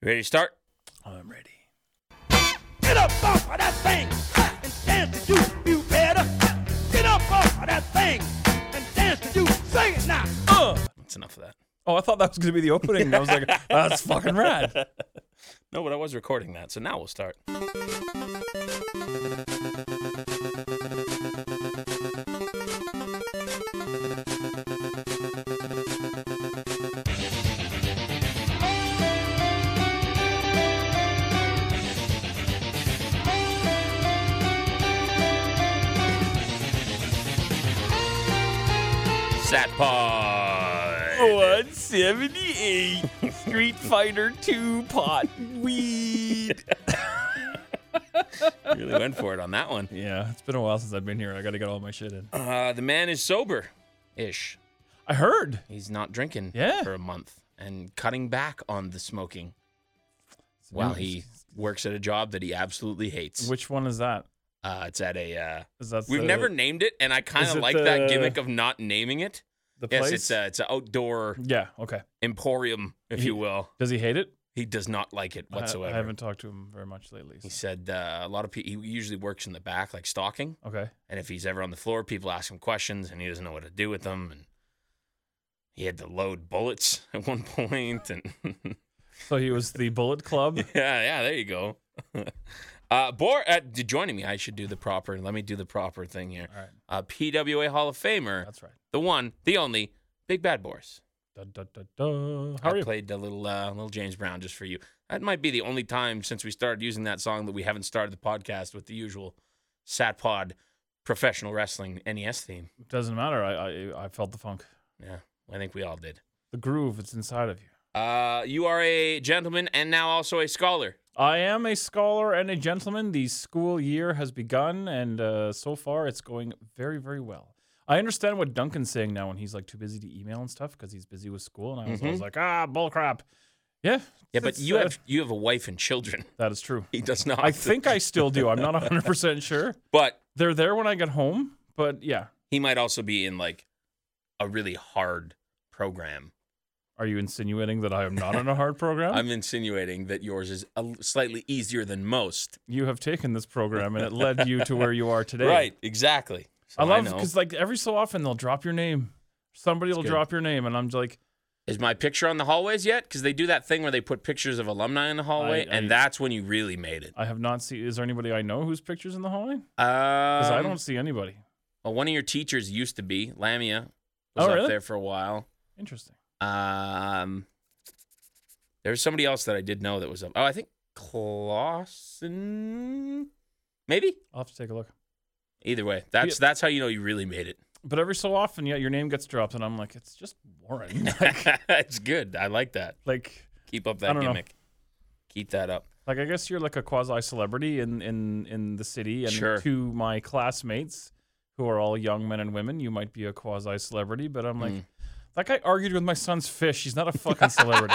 Ready to start? I'm ready. Get up off of that thing and dance to you, you better. Get up off of that thing and dance to you. Sing it now. Uh. That's enough of that. Oh, I thought that was going to be the opening. and I was like, that's fucking rad. No, but I was recording that, so now we'll start. Satpod. Oh. 178 Street Fighter 2 pot weed. Really went for it on that one. yeah, it's been a while since I've been here. I got to get all my shit in. Uh, the man is sober ish. I heard. He's not drinking Yeah. for a month and cutting back on the smoking while he works at a job that he absolutely hates. Which one is that? Uh, it's at a. Uh, Is that we've the- never named it, and I kind is of it like that the- gimmick of not naming it. the Yes, place? it's uh, a, it's an outdoor Yeah, okay. emporium, if you will. Does he hate it? He does not like it I- I, whatsoever. haven't talked to him very much lately. He so- said uh, a lot of people. He usually works in the back, like stalking. Okay. And if he's ever on the floor, people ask him questions, and he doesn't know what to do with them. And he had to load bullets at one point, and yeah, So he was the Bullet Club. yeah, there you go. uh, Bor, uh, d- joining me, I should do the proper. Let me do the proper thing here. All right, Uh, PWA Hall of Famer, that's right. the one, the only, Big Bad Boris. Da, da, da, da. How I are you? played a little uh, little James Brown just for you. That might be the only time since we started using that song that we haven't started the podcast with the usual Satpod professional wrestling NES theme. Doesn't matter. I, I I felt the funk, Yeah, I think we all did. the groove. It's inside of you. Uh, you are a gentleman and now also a scholar. I am a scholar and a gentleman. The school year has begun, and uh, so far it's going very, very well. I understand what Duncan's saying now when he's like too busy to email and stuff because he's busy with school, and I was always like, ah, bullcrap. Yeah, Mm-hmm. Yeah, but it's, you uh, have you have a wife and children. that is true. He does not. I think I still do. I'm not 100 percent sure. but They're there when I get home, but yeah. he might also be in like a really hard program. Are you insinuating that I am not on a hard program? I'm insinuating that yours is a l- slightly easier than most. you have taken this program and it led you to where you are today. Right, exactly. So I love know. because like every so often they'll drop your name. Somebody will good. drop your name, and I'm like. Is my picture on the hallways yet? Because they do that thing where they put pictures of alumni in the hallway, I- and that's when you really made it. I have not seen. Is there anybody I know whose pictures in the hallway? Because Um, I don't see anybody. Well, one of your teachers used to be Lamia. Was Oh, up really? there for a while. Interesting. Um, there was somebody else that I did know that was up. Oh, I think Clausen, maybe. I'll have to take a look. Either way, that's that's how you know you really made it. But every so often, yeah, your name gets dropped, and I'm like, it's just Warren. it's good. I like that. like, Keep up I that don't know. gimmick. Keep that up. like I guess you're like a quasi celebrity in in in the city, and Sure. to my classmates who are all young men and women, you might be a quasi celebrity. But I'm like, Hmm. that guy argued with my son's fish. He's not a fucking celebrity.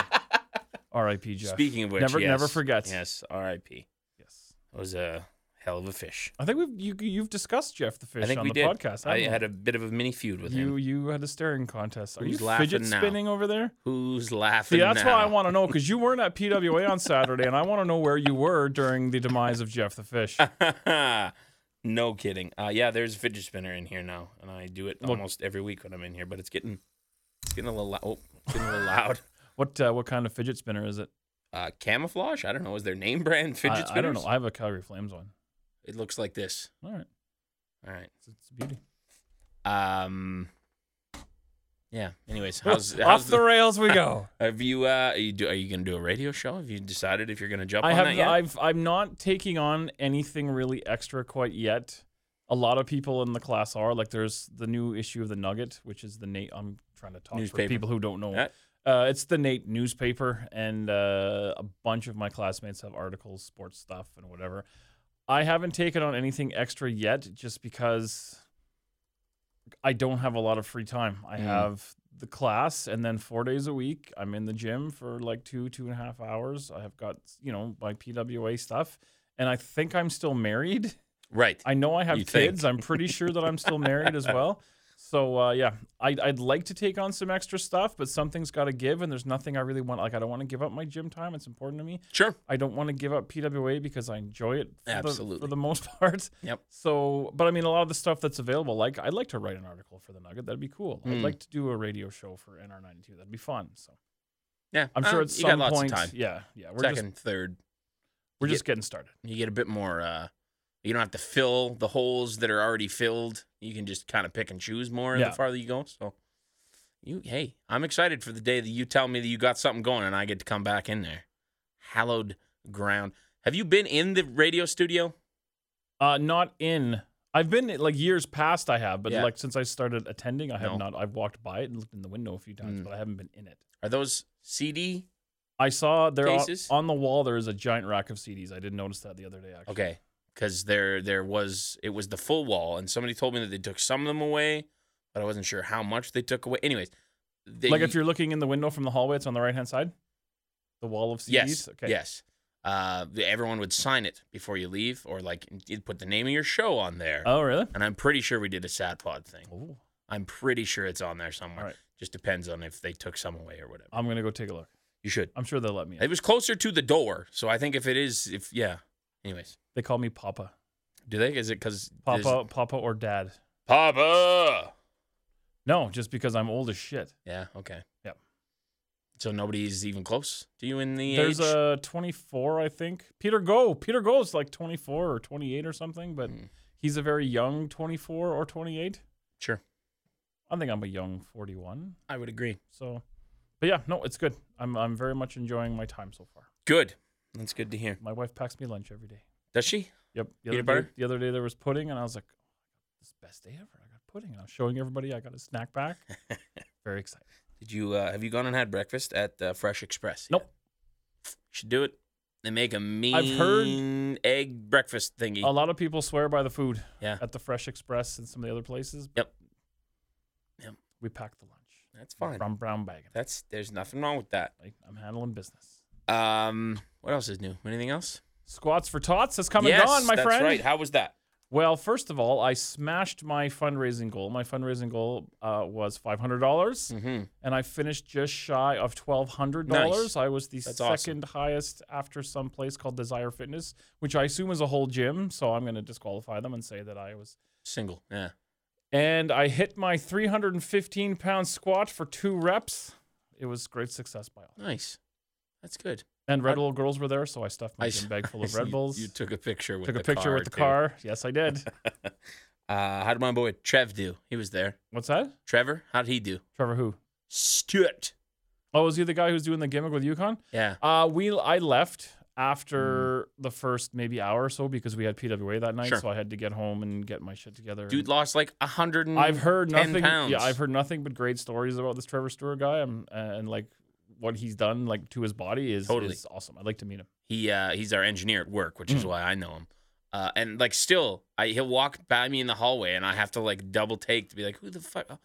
R.I.P. Jeff. Speaking of which, never never yes. forget. Yes, R.I.P. Yes. That was a hell of a fish. I think we've you you've discussed Jeff the fish I think on we the did. podcast. I haven't we? had a bit of a mini feud with You him. you had a staring contest. Are Who's you laughing fidget now? spinning over there? Who's laughing See, that's now? why I want to know because you weren't at PWA on Saturday, and I want to know where you were during the demise of Jeff the Fish. no kidding. Uh, yeah, there's a fidget spinner in here now, and I do it almost every week when I'm in here. But it's getting, it's getting a little, lou- oh, it's getting a little loud. What uh, what kind of fidget spinner is it? Uh, camouflage. I don't know. Is their name brand fidget I, I spinners? don't know. I have a Calgary Flames one. It looks like this. All right, All right. it's, it's a beauty. Um. Yeah. Anyways, how's, Off how's the rails we go. Have you? Uh, are you do? Are you gonna do a radio show? Have you decided if you're gonna jump I on have that yet? I've I'm not taking on anything really extra quite yet. A lot of people in the class are like there's the new issue of the Nugget, which is the Nate. I'm trying to talk Newspaper. for people who don't know. Yeah. Uh, it's the Nate newspaper, and uh, a bunch of my classmates have articles, sports stuff, and whatever. I haven't taken on anything extra yet, just because I don't have a lot of free time. I Mm. have the class, and then four days a week, I'm in the gym for like two, two and a half hours. I have got, you know, my PWA stuff, and I think I'm still married. right. I know I have You think. kids. I'm pretty sure that I'm still married as well. So uh, yeah, I'd, I'd like to take on some extra stuff, but something's got to give, and there's nothing I really want. Like I don't want to give up my gym time; it's important to me. Sure. I don't want to give up PWA because I enjoy it for, The, for Absolutely. the most part. Yep. So, but I mean, a lot of the stuff that's available, like I'd like to write an article for the Nugget. That'd be cool. I'd Mm. like to do a radio show for NR92. That'd be fun. So Yeah. I'm uh, sure at some you got lots point, of time. yeah, yeah, we're just Second, third, we're yeah. just getting started. you get a bit more. uh You don't have to fill the holes that are already filled. You can just kind of pick and choose more Yeah. the farther you go. So, you hey, I'm excited for the day that you tell me that you got something going and I get to come back in there. Hallowed ground. Have you been in the radio studio? Uh, not in. I've been like years past. I have, but Yeah. like since I started attending, I have No. not. I've walked by it and looked in the window a few times, Mm. but I haven't been in it. Are those CD? I saw there on, Cases? on the wall there is a giant rack of CDs. I didn't notice that the other day. Actually, Okay, because there there was it was the full wall, and somebody told me that they took some of them away, but I wasn't sure how much they took away. Anyways, they, like if you're looking in the window from the hallway, it's on the right hand side. The wall of CDs. yes Okay. yes, uh, the- everyone would sign it before you leave, or like you'd put the name of your show on there. Oh really? and I'm pretty sure we did a sad pod thing. Oh, I'm pretty sure it's on there somewhere. All right. Just depends on if they took some away or whatever. I'm gonna go take a look. You should. I'm sure they'll let me. In. It was closer to the door, so I think if it is, if yeah. Anyways, They call me Papa, do they? Is it because Papa, Papa, or Dad. Papa? No, just because I'm old as shit. Yeah. Okay. Yep. So nobody's even close to you in the There's age. a 24, I think. Peter Go. Peter Go is like 24 or 28 or something, but Mm. he's a very young 24 or 28. sure. I think I'm a young 41. I would agree. So, but yeah, no, it's good. I'm I'm very much enjoying my time so far. Good. That's good to hear. My wife packs me lunch every day. Does she? Yep. The Peanut other butter? Day, the other day there was pudding, and I was like, "Oh "This is the best day ever! I got pudding." And I was showing everybody I got a snack pack. very excited. Did you? Uh, have you gone and had breakfast at uh, Fresh Express? Nope. Should do it. They make a mean heard- egg breakfast thingy. A lot of people swear by the food. Yeah. At the Fresh Express and some of the other places. Yep. but Yep. We packed the lunch. That's fine. Brown brown bagging. That's there's nothing wrong with that. Like, I'm handling business. Um, what else is new? Anything else? Squats for tots has come yes, and gone, my that's friend. right. How was that? Well, first of all, I smashed my fundraising goal. My fundraising goal uh, was five hundred dollars, Mm-hmm. and I finished just shy of twelve hundred dollars. Nice. I was the That's awesome. second highest after some place called Desire Fitness, which I assume is a whole gym. So I'm going to disqualify them and say that I was. Single. Yeah. And I hit my three hundred and fifteen pound squat for two reps. It was great success by all. Nice. That's good. And Red Bull girls were there, so I stuffed my I gym s- bag full of So Red you- Bulls. You, took a picture with took the a picture car with the too. car. Yes, I did. Uh, how did my boy Trev do? He was there. What's that? Trevor, how did he do? Trevor who? Stuart. Oh, was he the guy who's doing the gimmick with Yukon? Yeah. Uh we I left after the first maybe hour or so because we had PWA that night, Mm-hmm. Sure. so I had to get home and get my shit together. Dude and- lost like a hundred and I've heard 10 nothing. Pounds. Yeah, I've heard nothing but great stories about this Trevor Stewart guy. and and like what he's done like to his body is Totally. is awesome. I'd like to meet him. He uh, he's our engineer at work, which Mm. is why I know him. Uh, and like still, I he'll walk by me in the hallway, and I have to like double take to be like, who the fuck? Oh,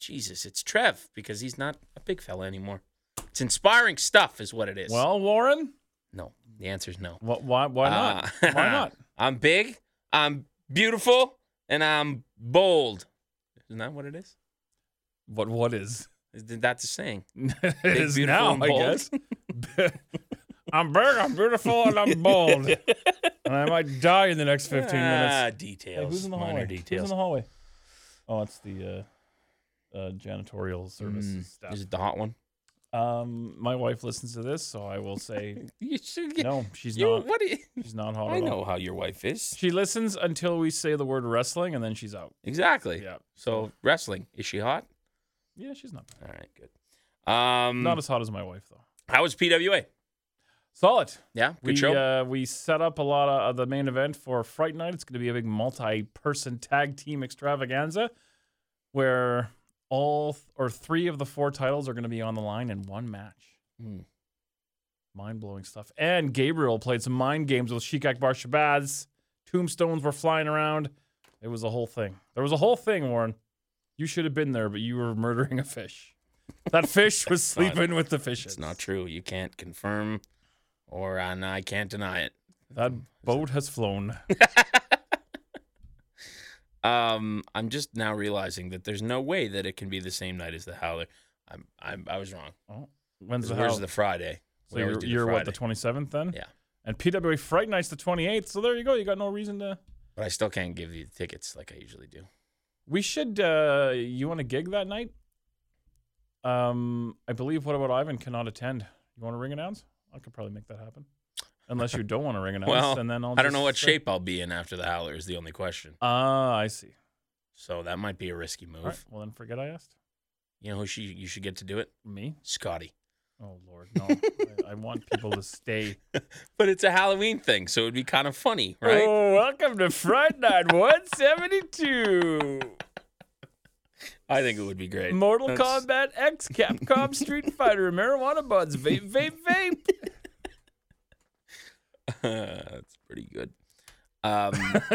Jesus, it's Trev because he's not a big fella anymore. It's inspiring stuff, is what it is. Well, Warren, no, the answer's no. wh- why why not? Uh, why not? I'm big, I'm beautiful, and I'm bold. Isn't that what it is? What what is? Isn't that the saying? it is beautiful, now, and I bold. guess. I'm big, I'm beautiful, and I'm bold. and I might die in the next 15 minutes. Ah, details. Hey, who's in the minor hallway? Who's in details. the hallway? Oh, it's the uh, uh, janitorial Mm, services staff. Is it the hot one? Um, my wife listens to this, so I will say You should get. no. She's you, not. what do you, She's not hot. I at all. know how your wife is. She listens until we say the word wrestling, and then she's out. Exactly. Yeah. So wrestling is she hot? Yeah, she's not. bad. All right, good. Um, Not as hot as my wife though. how was PWA? Solid. Yeah, good we show. Uh, we set up a lot of the main event for Fright Night. It's going to be a big multi-person tag team extravaganza where all th- or three of the four titles are going to be on the line in one match. Mm. Mind blowing stuff. And Gabriel played some mind games with Sheik Akbar Shabazz. Tombstones were flying around. It was a whole thing. There was a whole thing, Warren. You should have been there, but you were murdering a fish. That fish was not- sleeping with the fishes. It's not true. You can't confirm, or and I can't deny it. That boat has flown. Um, I'm just now realizing that there's no way that it can be the same night as the Howler. I'm, I'm I was wrong. Oh, when's the Where's howl? the Friday? So We always you're, do you're what the Friday. 27th then? Yeah. And PWA Fright Night's the 28th. So there you go. You got no reason to. but I still can't give you the tickets like I usually do. We should. uh You want to gig that night? Um, I believe. What about Ivan cannot attend? You want to ring announce? I could probably make that happen. Unless you don't want to ring announce, Well, and then I'll. I don't know just what say- shape I'll be in after the Howler is the only question. Ah, I see. So that might be a risky move. All right. Well, then forget I asked. You know who she you should get to do it? Me? Scotty. Oh Lord, no! I, I want people to stay. But it's a Halloween thing, so it'd be kind of funny, right? Oh, welcome to Fright Night 172. I think it would be great. Mortal That's- Kombat X, Capcom, Street Fighter, marijuana buds, vape, vape, vape. That's pretty good. Um,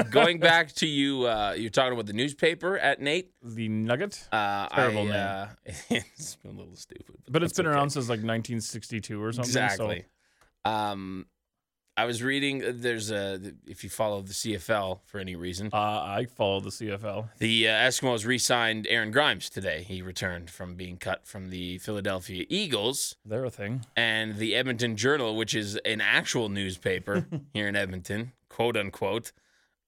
going back to you, uh, you're talking about the newspaper at Nate. The Nugget, Uh, Terrible I, name. Uh, it's been a little stupid, but it's that's been okay. around since like 1962 or something. so- Exactly. Um, I was reading. uh, There's a if you follow the CFL for any reason, uh, I follow the CFL. the uh, Eskimos re-signed Aaron Grimes today. He returned from being cut from the Philadelphia Eagles. They're a thing. and the Edmonton Journal, which is an actual newspaper here in Edmonton, quote unquote.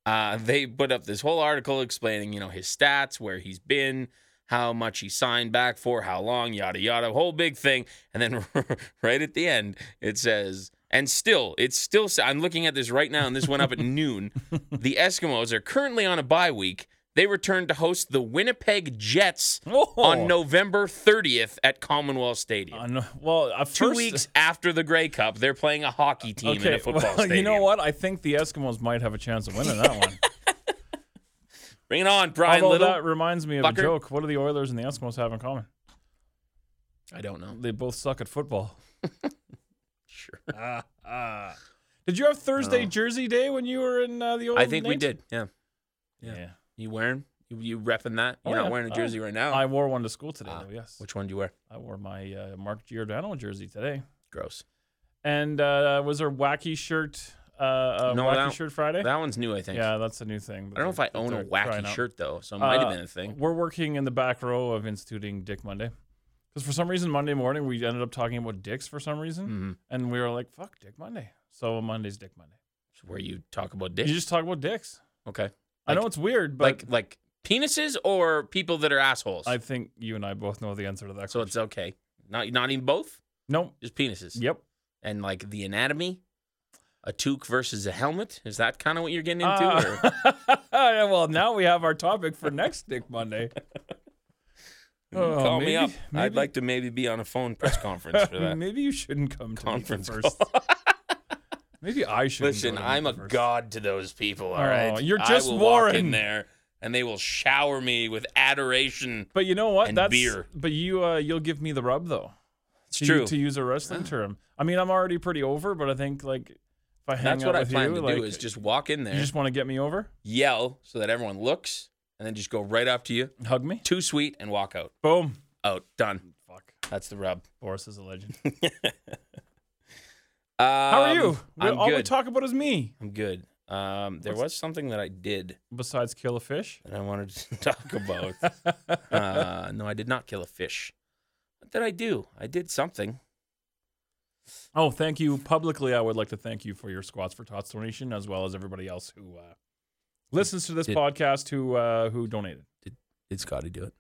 Uh, they put up this whole article explaining, you know, his stats, where he's been, how much he signed back for, how long, yada yada, whole big thing. And then right at the end, it says, and still, it's still. sa- I'm looking at this right now, and this went up at noon. The Eskimos are currently on a bye week. They return to host the Winnipeg Jets Oh. on November 30th at Commonwealth Stadium I know- well, uh, two first- weeks after the Grey Cup, they're playing a hockey team in a Okay, football well, stadium. you know what? I think the Eskimos might have a chance of winning that one. Bring it on, Brian Although Little. that reminds me of Fucker. a joke. What do the Oilers and the Eskimos have in common? I don't know. They both suck at football. Sure. Did you have Thursday Oh. Jersey Day when you were in uh, the old? I think we Nate? did. Yeah. Yeah. You wearing? You, you repping that? Oh, You're not yeah. wearing a Oh. jersey right now. I wore one to school today, Ah, though. Yes, Which one do you wear? I wore my uh, Mark Giordano jersey today, Gross. and uh, was there wacky shirt? Uh, uh, No, wacky that- shirt Friday. That one's new, I think. yeah, that's a new thing. I don't know if I own a wacky shirt though, Uh, so it might have been a thing. We're working in the back row of instituting Dick Monday, because for some reason Monday morning we ended up talking about dicks for some reason, Mhm. and we were like, "Fuck Dick Monday." So Monday's Dick Monday. Where you talk about dicks. You just talk about dicks. okay. I Like- know it's weird, but Like like penises or people that are assholes. I think you and I both know the answer to that. so it's okay. Not not even both. nope. Just penises. Yep. and like the anatomy, a toque versus a helmet. Is that kind of what you're getting into? or- Uh, yeah, well, now we have our topic for next Dick Monday. Oh, Call maybe- me up. I'd maybe- like to maybe be on a phone press conference for that. Maybe you shouldn't come to Conference me first. Maybe I should. Listen, I'm a god to those people. All right, Oh, you're I just will Walk Warren. in there, and they will shower me with adoration. But you know what? and That's beer. But you, uh, you'll give me the rub though. It's To, true. To use a wrestling term. I mean, I'm already pretty over, but I think like if I hang That's out what I with plan you, to like, do: is just walk in you there, just want to get me over, yell so that everyone looks, and then just go right up to you, hug me, too sweet, and walk out. boom. Out, done. Fuck, That's the rub. Boris is a legend. Um, How are you? We- I'm All we good. talk about is me. I'm good. Um, there was something that I did Besides kill a fish. that I wanted to talk about. uh, no, I did not kill a fish. What did I do? I did something. Oh, thank you publicly. I would like to thank you for your squats for tots donation, as well as everybody else who uh, listens to this Did- podcast who uh, who donated. Did Scotty do it?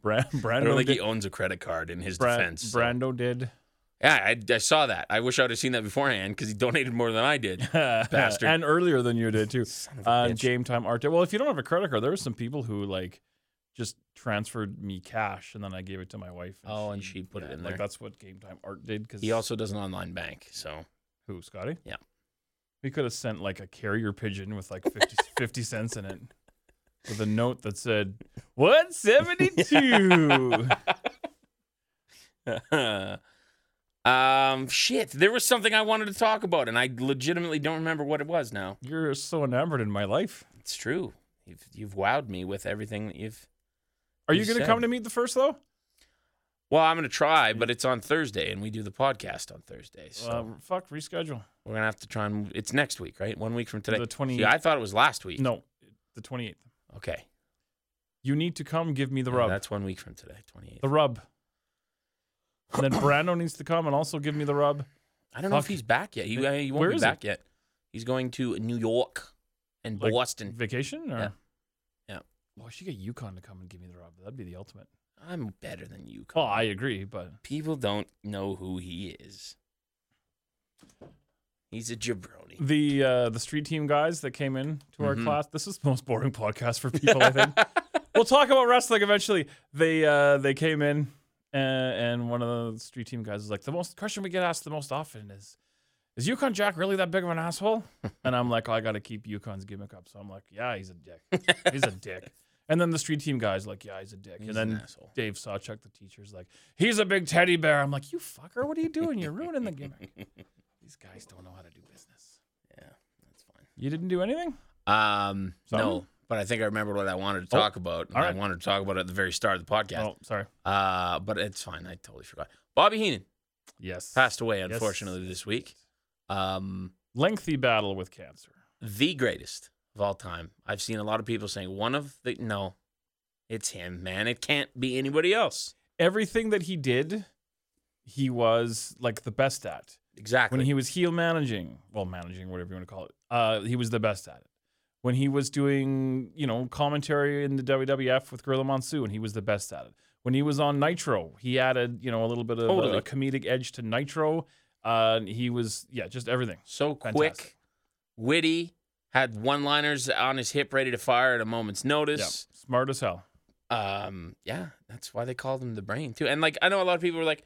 Brand, I Brando don't think did. he owns a credit card in his Bra- defense. so- Brando did. Yeah, I, I saw that. I wish I would have seen that beforehand because he donated more than I did. Bastard. and earlier than you did too. Son of a Uh, bitch. game time art. Well, if you don't have a credit card, there were some people who like just transferred me cash, and then I gave it to my wife. Oh, and she put it in there. Like that's what game time art did. Because he also does an online bank. So who Scotty? Yeah. we could have sent like a carrier pigeon with like 50, 50 cents in it. With a note that said, 172. um, shit. There was something I wanted to talk about, and I legitimately don't remember what it was now. You're so enamored in my life. It's true. You've, you've wowed me with everything that you've Are you, You going to said. come to meet the first, though? Well, I'm gonna try, but it's on Thursday, and we do the podcast on Thursday, so Uh, fuck, reschedule. we're gonna have to try and. It's next week, right? One week from today. the 20 See, I thought it was last week. No, the 28th. Okay. You need to come give me the Uh, rub. That's one week from today, 28th. the rub. And then Brando needs to come and also give me the rub. I don't know if Fuck. he's back yet. He, uh, he won't Where be is back yet. He's going to New York and Like, Boston. Vacation or? Yeah. Yeah. Well, I should get UConn to come and give me the rub. That'd be the ultimate. I'm better than you. Oh, Colin. I agree, but People don't know who he is. He's a jabroni. the uh, the street team guys that came in to our Mhm. class. This is the most boring podcast for people. I think we'll talk about wrestling eventually. They uh, they came in and, and one of the street team guys was like, the most question we get asked the most often is, is Yukon Jack really that big of an asshole? And I'm like, "Oh, I got to keep Yukon's gimmick up. So I'm like, yeah, he's a dick. He's a dick. And then the street team guys like, yeah, he's a dick. He's and then an asshole. Dave Sawchuk, the teacher's like, he's a big teddy bear. I'm like, you fucker, what are you doing? You're ruining the gimmick. These guys don't know how to do business. Yeah, that's fine. You didn't do anything? Um, no, Something? but I think I remembered what I wanted to Oh, talk about. and all I right. wanted to talk about it at the very start of the podcast. Oh, sorry. Uh, but it's fine. I totally forgot. Bobby Heenan Yes. passed away, Yes. unfortunately, this week. Um, Lengthy battle with cancer. the greatest of all time. I've seen a lot of people saying one of the no, it's him, man. It can't be anybody else. Everything that he did, he was like the best at. Exactly. when he was heel managing, well, managing, whatever you want to call it, uh, he was the best at it. When he was doing, you know, commentary in the WWF with Gorilla Monsoon, he was the best at it. When he was on Nitro, he added, you know, a little bit of uh, Totally. a comedic edge to Nitro. Uh, he was, yeah, just everything. so Fantastic. quick, witty, had one-liners on his hip ready to fire at a moment's Yeah, notice. smart as hell. Um, yeah, that's why they called him the brain too. And like I know a lot of people were like,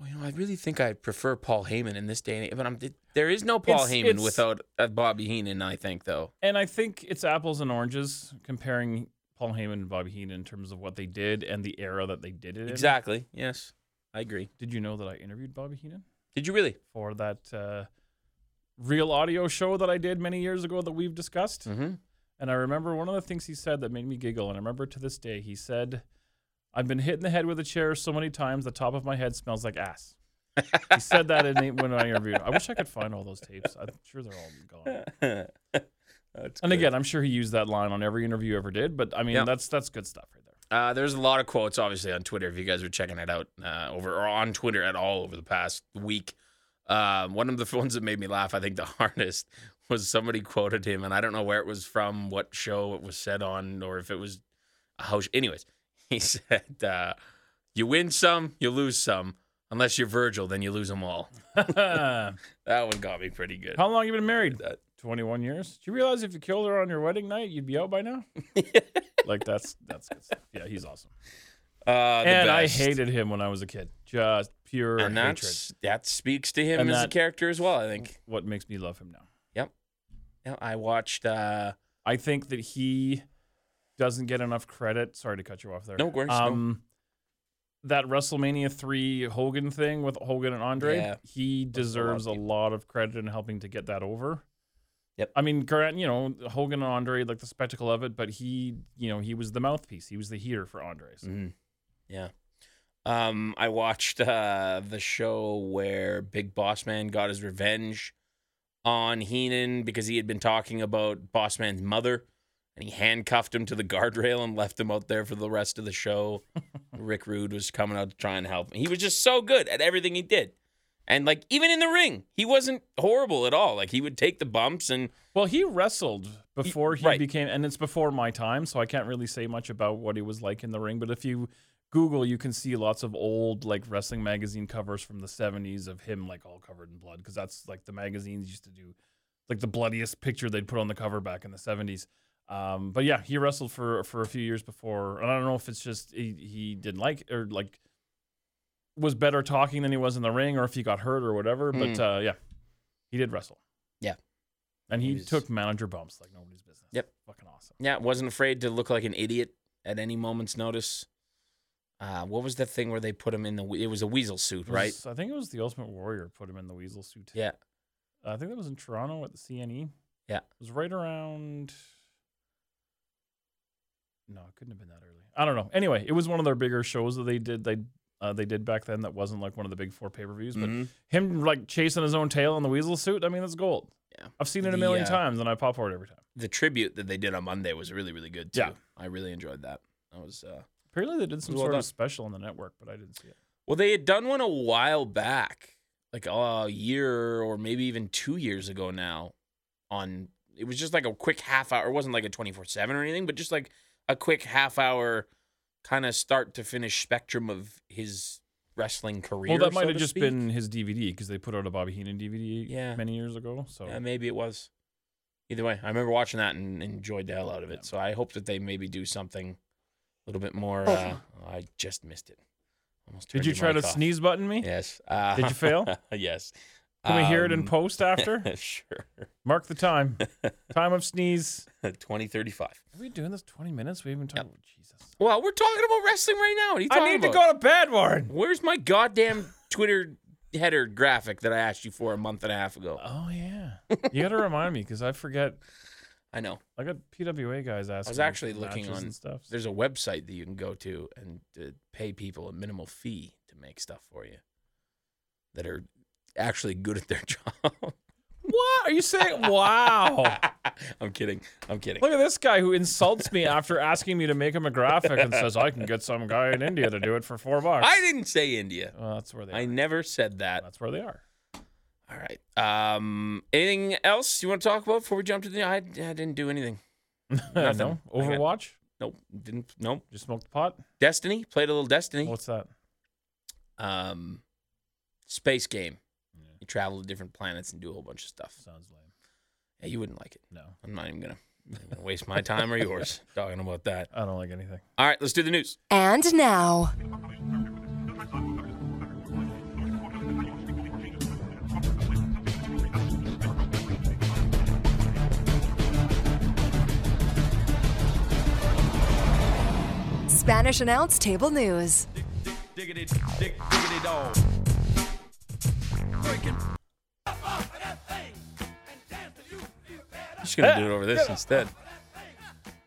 well, you know, I really think I prefer Paul Heyman in this day and age, but I'm there is no Paul It's- Heyman it's- without uh, Bobby Heenan, I think though. And I think it's apples and oranges comparing Paul Heyman and Bobby Heenan in terms of what they did and the era that they did it in. Exactly. Yes. I agree. Did you know that I interviewed Bobby Heenan? Did you really? for that uh, real audio show that I did many years ago that we've discussed. Mm-hmm. And I remember one of the things he said that made me giggle. And I remember to this day, he said, I've been hit in the head with a chair so many times, the top of my head smells like ass. he said that in the, when I interviewed him. I wish I could find all those tapes. I'm sure they're all gone. And again, I'm sure he used that line on every interview he ever did. But I mean, Yeah. that's that's good stuff right there. Uh, there's a lot of quotes, obviously, on Twitter. If you guys are checking it out uh, over or on Twitter at all over the past week, um, one of the ones that made me laugh, I think, the hardest was somebody quoted him, and I don't know where it was from, what show it was said on, or if it was a house. Anyways, he said, uh, "You win some, you lose some. Unless you're Virgil, then you lose them all." That one got me pretty good. How long you been married? 21 years. Do you realize if you killed her on your wedding night, you'd be out by now? like that's that's good stuff. Yeah, he's awesome. Uh, the and best. I hated him when I was a kid. Just pure and hatred. that's, that speaks to him And as a that- character as well. I think. What makes me love him now? Yeah, I watched. uh I think that he doesn't get enough credit. Sorry to cut you off there. No worries, no. Um, that WrestleMania three Hogan thing with Hogan and Andre, Yeah. he a lot of deserves a people. lot of credit in helping to get that over. Yep. I mean, Grant, you know, Hogan and Andre, like the spectacle of it, but he, you know, he was the mouthpiece. He was the heater for Andre. So Mhm. Yeah. Um, I watched uh, the show where Big Boss Man got his revenge on Heenan because he had been talking about Boss Man's mother and he handcuffed him to the guardrail and left him out there for the rest of the show. Rick Rude was coming out to try and help him. He was just so good at everything he did. And like even in the ring, he wasn't horrible at all. Like he would take the bumps and Well, he wrestled before he right. became, and it's before my time, so I can't really say much about what he was like in the ring. But if you Google, you can see lots of old like wrestling magazine covers from the '70s of him like all covered in blood, because that's like the magazines used to do, like the bloodiest picture they'd put on the cover back in the '70s. Um, but yeah, he wrestled for for a few years before, and I don't know if it's just he, he didn't like or like was better talking than he was in the ring, or if he got hurt or whatever. But uh, yeah, he did wrestle. Yeah. and He he was- took manager bumps like nobody's business. Yep. fucking awesome. Yeah, wasn't afraid to look like an idiot at any moment's notice. Uh, what was that thing where they put him in the? we- It was a weasel suit, It right? was- I think it was the Ultimate Warrior put him in the weasel suit. Uh, Yeah. I think that was in Toronto at the CNE. Yeah. it was right around. No, it couldn't have been that early. I don't know. Anyway, it was one of their bigger shows that they did. They uh, they did Mm-hmm. back Mm-hmm. then that wasn't like one of the big four pay per views, but him like chasing his own tail in the weasel suit. I mean, that's gold. Yeah. I've seen it a The, million uh, times, and I pop for it every time. The tribute that they did on Monday was really really good too. Yeah. I really enjoyed that. That was uh Apparently, they did some well sort done. of special on the network, but I didn't see it. Well, they had done one a while back, like a year or maybe even two years ago now. On it was just like a quick half hour. It wasn't like a twenty four seven or anything, but just like a quick half hour, kind of start to finish spectrum of his wrestling career. well, that might so have to just speak. been his DVD because they put out a Bobby Heenan DVD Yeah. many years ago. So Yeah, maybe it was. Either way, I remember watching that and enjoyed the hell out of it. Yeah. So I hope that they maybe do something a little bit more. Uh, I just missed it. Almost did turned you your try to mic off. sneeze button me? Yes. Uh, Did you fail? yes. Can we hear it in Um, post after? sure. Mark the time. time of sneeze. 2035. Are we doing this 20 minutes? We haven't talked about Jesus. Well, we're talking about wrestling right now. What are you talking I need to about? go to bed, Warren. Where's my goddamn Twitter header graphic that I asked you for a month and a half ago? Oh, yeah. You got to remind me because I forget. I know. I got PWA guys asking. me actually for looking matches on- and stuff. There's a website that you can go to and uh, pay people a minimal fee to make stuff for you that are actually good at their job. What are you saying? Wow. I'm kidding. I'm kidding. Look at this guy who insults me after asking me to make him a graphic and says I can get some guy in India to do it for four bucks. I didn't say India. Well, that's where they. I Are. never said that. That's where they are. All right. Um, anything else you want to talk about before we jump to the? I, I didn't do anything. no Nothing. I got- Overwatch. Nope. Didn't. Nope. Just smoked the pot. Destiny. Played a little Destiny. What's that? Um, space game. You travel to different planets and do a whole bunch of stuff. Sounds lame. Yeah, you wouldn't like it. No, I'm not even gonna, I'm not even gonna waste my time or yours talking about that. I don't like anything. All right. Let's do the news. And now, Spanish announce table news. diggity, dig, diggity dog. I'm just gonna do it over this instead.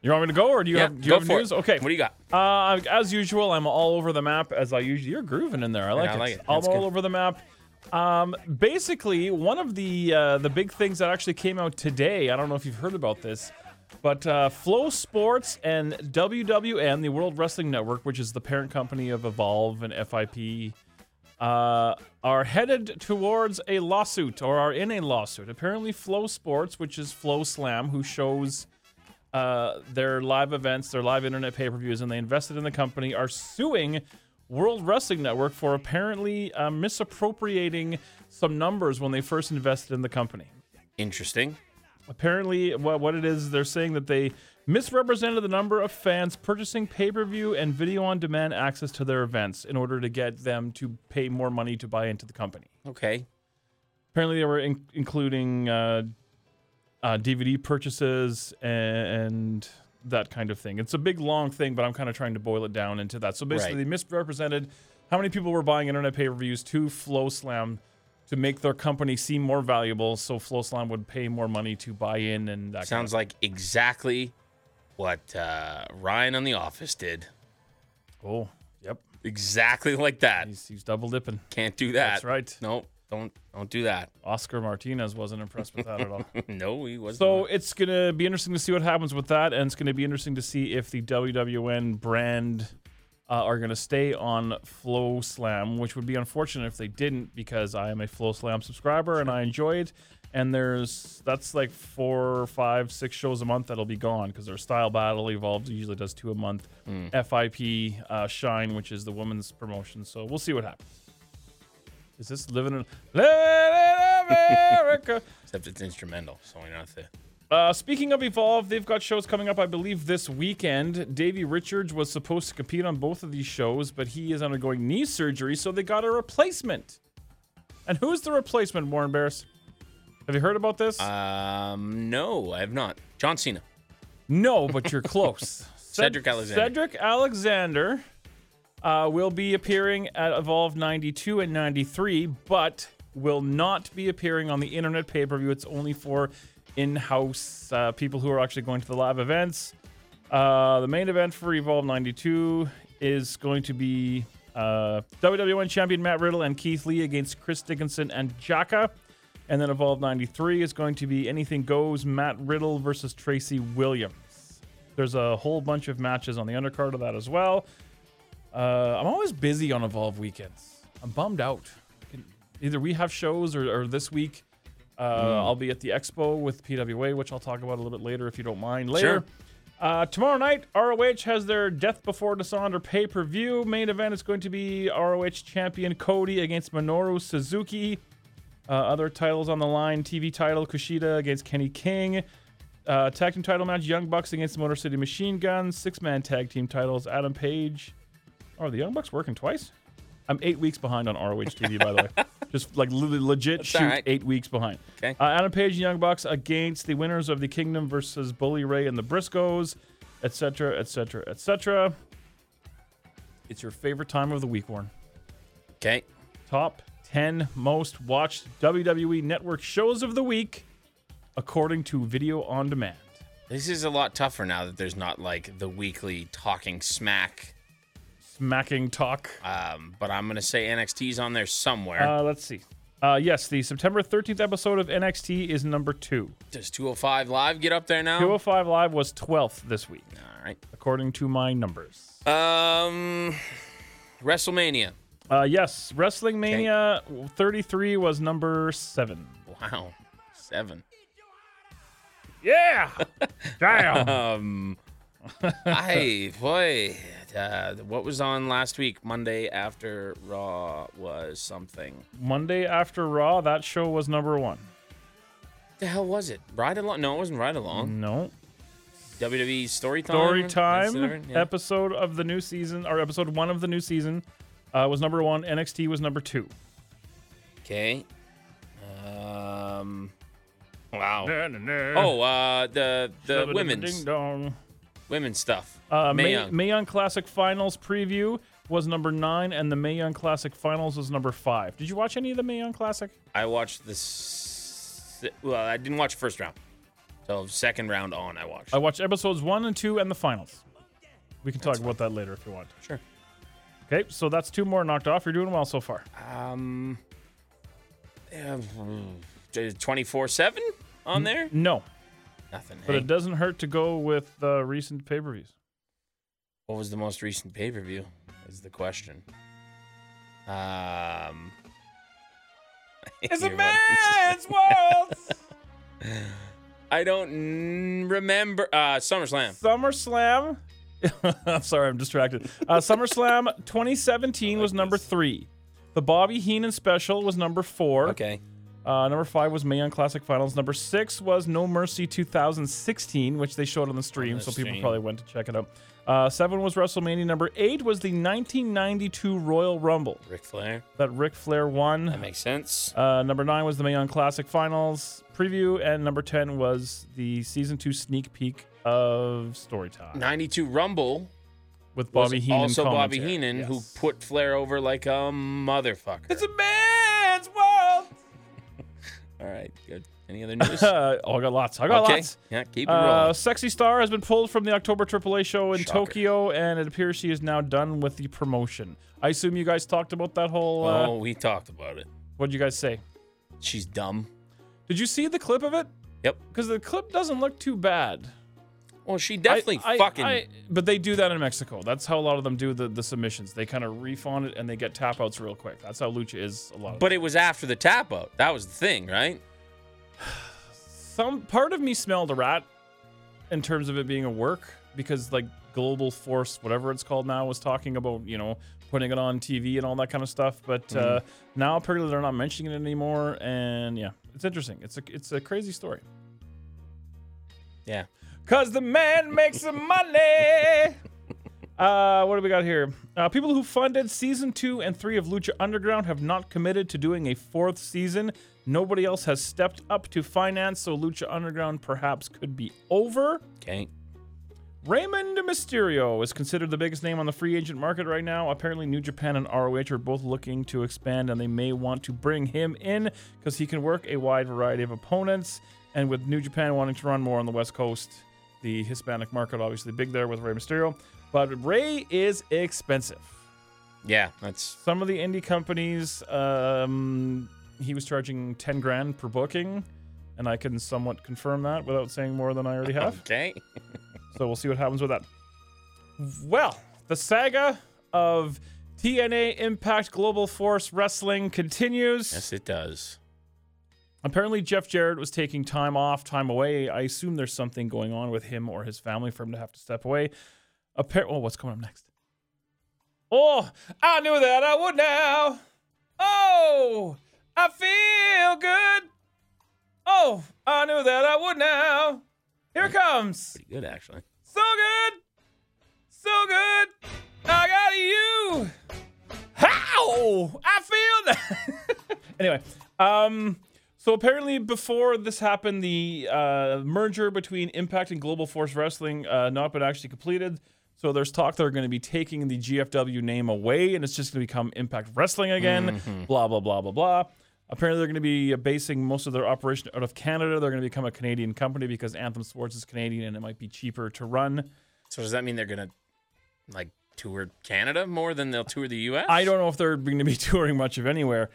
You want me to go, or do you Yeah, have do you go have for it. news? Okay. What do you got? Uh, as usual, I'm all over the map as I usually. You're grooving in there. I like, I it. like it. I'm That's all good. over the map. Um, basically, one of the uh, the big things that actually came out today. I don't know if you've heard about this, but uh, Flow Sports and WWN, the World Wrestling Network, which is the parent company of Evolve and FIP, uh, are headed towards a lawsuit or are in a lawsuit. Apparently, Flow Sports, which is Flow Slam, who shows uh, their live events, their live internet pay per views, and they invested in the company, are suing World Wrestling Network for apparently uh, misappropriating some numbers when they first invested in the company. Interesting. Apparently, what, what it is, they're saying that they misrepresented the number of fans purchasing pay per view and video on demand access to their events in order to get them to pay more money to buy into the company. Okay. Apparently, they were in- including uh, uh, DVD purchases and, and that kind of thing. It's a big, long thing, but I'm kind of trying to boil it down into that. So basically, Right. they misrepresented how many people were buying internet pay per views to Flow Slam to make their company seem more valuable, so Flow Slam would pay more money to buy in and that kind of Sounds like exactly what uh, Ryan on The Office did. Oh, yep. Exactly like that. He's, he's double dipping. Can't do that. That's right. Nope. Don't don't do that. Oscar Martinez wasn't impressed with that at all. no, he wasn't. So it's going to be interesting to see what happens with that, and it's going to be interesting to see if the WWN brand uh, are going to stay on Flow Slam, which would be unfortunate if they didn't, because I am a Flow Slam subscriber and I enjoy it. And there's that's like four, five, six shows a month that'll be gone because their style battle evolved usually does two a month. FIP uh, Shine, which is the women's promotion, so we'll see what happens. Is this living in living in America? Except it's instrumental, so we are not the Uh, speaking of Evolve, they've got shows coming up, I believe, this weekend. Davey Richards was supposed to compete on both of these shows, but he is undergoing knee surgery, so they got a replacement. And who's the replacement, Warren Bears? Have you heard about this? Um, no, I have not. John Cena. no, but you're close. Ced- Cedric Alexander. Cedric Alexander uh, will be appearing at Evolve 92 and 93, but will not be appearing on the internet pay per view. It's only for in house uh, people who are actually going to the live events. Uh, the main event for Evolve 92 is going to be uh, WWN champion Matt Riddle and Keith Lee against Chris Dickinson and Jaka. And then Evolve 93 is going to be Anything Goes Matt Riddle versus Tracy Williams. There's a whole bunch of matches on the undercard of that as well. Uh, I'm always busy on Evolve weekends. I'm bummed out. Either we have shows or, or this week. Uh, I'll be at the expo with PWA, which I'll talk about a little bit later if you don't mind. Later. Sure. Uh, tomorrow night, ROH has their Death Before Dishonor pay per view. Main event is going to be ROH champion Cody against Minoru Suzuki. Uh, other titles on the line TV title Kushida against Kenny King. Uh, tag team title match Young Bucks against Motor City Machine Guns. Six man tag team titles Adam Page. Are the Young Bucks working twice? I'm eight weeks behind on ROH TV, by the way. Just like literally legit shoot all right. eight weeks behind. Okay. Uh, Adam Page and Young Bucks against the winners of the Kingdom versus Bully Ray and the Briscoes, etc., etc., etc. It's your favorite time of the week, Warren. Okay. Top 10 most watched WWE Network shows of the week, according to Video On Demand. This is a lot tougher now that there's not like the weekly talking smack. Smacking talk. Um, but I'm gonna say NXT's on there somewhere. Uh, let's see. Uh, yes, the September 13th episode of NXT is number two. Does 205 Live get up there now? 205 Live was 12th this week, All right. according to my numbers. Um, WrestleMania. Uh, yes, Wrestling Mania 33 was number seven. Wow, seven. Yeah! Damn! Hey, boy. Uh, what was on last week? Monday after Raw was something. Monday after Raw, that show was number one. The hell was it? Ride along? No, it wasn't ride along. No. WWE story time. Mm. Story Is that right? time Yeah. episode of the new season, or episode one of the new season, uh, was number one. NXT was number two. Okay. Um. Wow. Oh, Oh, uh, the the Ding women's dong. women's stuff. Uh, Mae May, Young. Mae Young Classic Finals preview was number nine, and the Mae Young Classic Finals was number five. Did you watch any of the Mae Young Classic? I watched this. Well, I didn't watch first round. So second round on, I watched. I watched episodes one and two and the finals. We can talk about that later if you want. Sure. Okay, so that's two more knocked off. You're doing well so far. Um, uh, twenty four seven on there. No, Nothing. but hey. it doesn't hurt to go with uh, recent pay per views. what was the most recent pay per view? Is the question. Um, it's a man's world. I don't n- remember. Uh, SummerSlam. SummerSlam. I'm sorry, I'm distracted. Uh, SummerSlam 2017 was number three. The Bobby Heenan special was number four. Okay. Uh, number five was Mae Young Classic Finals. Number six was No Mercy 2016, which they showed on the stream, the so people stream. probably went to check it out. Uh, seven was WrestleMania. Number eight was the 1992 Royal Rumble Ric Flair. that Ric Flair That won. makes sense. Uh, number nine was the Mae Young Classic Finals preview, and number ten was the season two sneak peek of Storytime Ninety two Rumble. with was Bobby Heenan. Also, Bobby commentary. Heenan, who Yes. put Flair over like a motherfucker. It's a man's world. All right, good. Any other news? Uh, oh, I got lots. I got okay. lots. Yeah, keep it Uh, rolling. Sexy Star has been pulled from the October AAA show in Shocker. Tokyo, and it appears she is now done with the promotion. I assume you guys talked about that whole. Uh, oh, we talked about it. What did you guys say? She's dumb. Did you see the clip of it? Yep. Because the clip doesn't look too bad. Well, she I- definitely I- fucking. I- but they do that in Mexico. That's how a lot of them do the, the submissions. They kind of refund it and they get tap outs real quick. That's how lucha is a lot. Of but it was after the tap out. That was the thing, right? some part of me smelled a rat in terms of it being a work because like global force whatever it's called now was talking about you know putting it on tv and all that kind of stuff but uh, now apparently they're not mentioning it anymore and yeah it's interesting it's a it's a crazy story Yeah. Cause the man makes the money. Uh, what do we got here? Uh, people who funded season two and three of Lucha Underground have not committed to doing a fourth season. Nobody else has stepped up to finance, so Lucha Underground perhaps could be over. Okay. Raymond Mysterio is considered the biggest name on the free agent market right now. Apparently, New Japan and ROH are both looking to expand, and they may want to bring him in because he can work a wide variety of opponents. And with New Japan wanting to run more on the West Coast, the Hispanic market obviously big there with Rey Mysterio. But Rey is expensive. Yeah, that's Some of the indie companies um, he was charging 10 grand per booking, and I can somewhat confirm that without saying more than I already have. Okay. So we'll see what happens with that. Well, the saga of TNA Impact Global Force Wrestling continues. Yes, it does. Apparently, Jeff Jarrett was taking time off, time away. I assume there's something going on with him or his family for him to have to step away. Appar- oh, what's coming up next? Oh, I knew that I would now. Oh, I feel good. Oh, I knew that I would now. Here it comes. Pretty good, actually. So good. So good. I got you. How? I feel that. anyway, um, so apparently before this happened, the uh, merger between Impact and Global Force Wrestling uh, not been actually completed. So there's talk they're going to be taking the GFW name away, and it's just going to become Impact Wrestling again. Mm-hmm. Blah blah blah blah blah. Apparently they're going to be uh, basing most of their operation out of Canada. They're going to become a Canadian company because Anthem Sports is Canadian and it might be cheaper to run. So does that mean they're gonna like tour Canada more than they'll tour the U.S.? I don't know if they're going to be touring much of anywhere.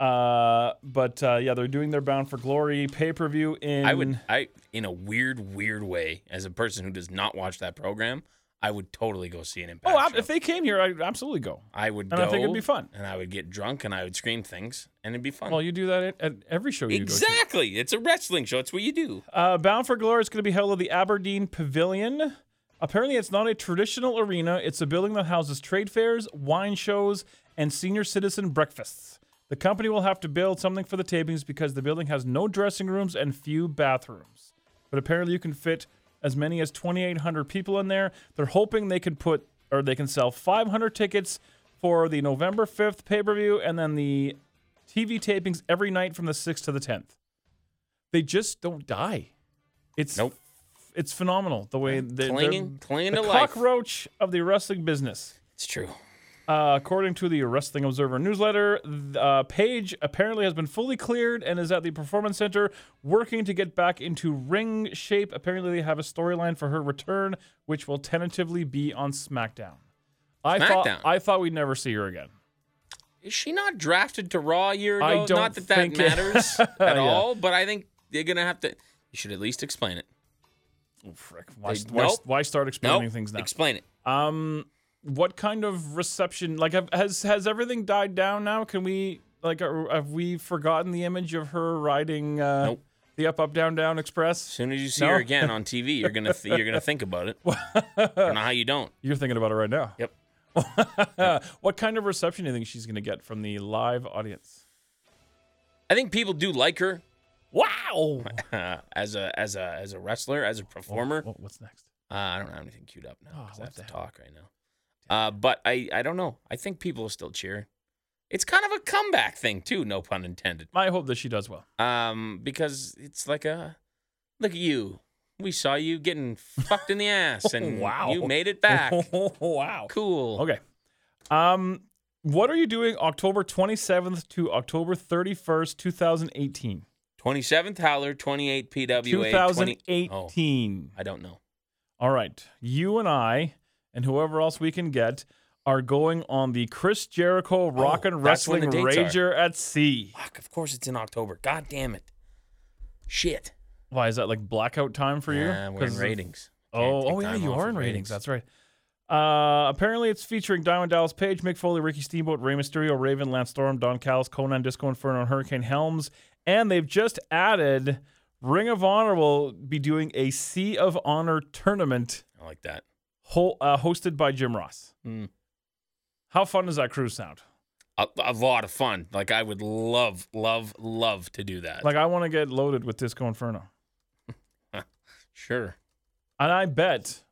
Uh, but uh, yeah, they're doing their Bound for Glory pay per view in. I would. I in a weird, weird way, as a person who does not watch that program, I would totally go see an impact. Oh, ab- show. if they came here, I'd absolutely go. I would And go. I think it'd be fun. And I would get drunk and I would scream things and it'd be fun. Well, you do that at, at every show you go to. exactly. It's a wrestling show. It's what you do. Uh, Bound for Glory is going to be held at the Aberdeen Pavilion. Apparently, it's not a traditional arena. It's a building that houses trade fairs, wine shows, and senior citizen breakfasts. The company will have to build something for the tapings because the building has no dressing rooms and few bathrooms. But apparently, you can fit as many as 2,800 people in there. They're hoping they can put or they can sell 500 tickets for the November 5th pay per view and then the TV tapings every night from the 6th to the 10th. They just don't die. It's Nope. It's phenomenal the way they, Clinging- they're clinging the to life. cockroach of the wrestling business. It's true. Uh, according to the Wrestling Observer newsletter, th- uh, Paige apparently has been fully cleared and is at the Performance Center working to get back into ring shape. Apparently, they have a storyline for her return, which will tentatively be on SmackDown. I SmackDown. thought I thought we'd never see her again. Is she not drafted to Raw a year ago? I don't not that that think it- matters at Yeah. all, but I think they're gonna have to. You should at least explain it. Oh, frick. Why, They- why, nope. why start No, explaining things now? explain it. Um, what kind of reception? Like, have, has has everything died down now? Can we like are, have we forgotten the image of her riding uh, Nope. the up up down down express? As soon as you see No. her again on TV, you're gonna th- you're gonna think about it. I don't know how you don't. You're thinking about it right now. Yep. what kind of reception do you think she's going to get from the live audience? I think people do like her Wow. uh, as a as a as a wrestler, as a performer. Whoa, what's next? Uh, I don't have anything queued up now because I Oh, what have to the hell? talk right now. Uh, but I I don't know. I think people are still cheering. It's kind of a comeback thing too, no pun intended. I hope that she does well. Um, because it's like a look at you. We saw you getting fucked in the ass, and Wow. you made it back. Oh, wow. cool. Okay. Um, what are you doing October 27th to October 31st, 2018? Twenty seventh Howler, twenty eight PWA, 20 Oh, 2018. I don't know. All right. You and I and whoever else we can get are going on the Chris Jericho Rock Oh, and that's when Wrestling the dates Rager at Sea. Fuck, of course it's in October. God damn it. Shit. Why is that like blackout time for Nah, you? we're in 'Cause- ratings. Can't Oh, take oh yeah, time you off are in ratings. That's right. Uh, apparently, it's featuring Diamond Dallas Page, Mick Foley, Ricky Steamboat, Rey Mysterio, Raven, Lance Storm, Don Callis, Conan, Disco Inferno, and Hurricane Helms. And they've just added Ring of Honor will be doing a Sea of Honor tournament I like that. ho- uh, hosted by Jim Ross. Mm. How fun does that cruise sound? A, a lot of fun. Like I would love, love, love to do that. Like, I want to get loaded with Disco Inferno. sure. And I bet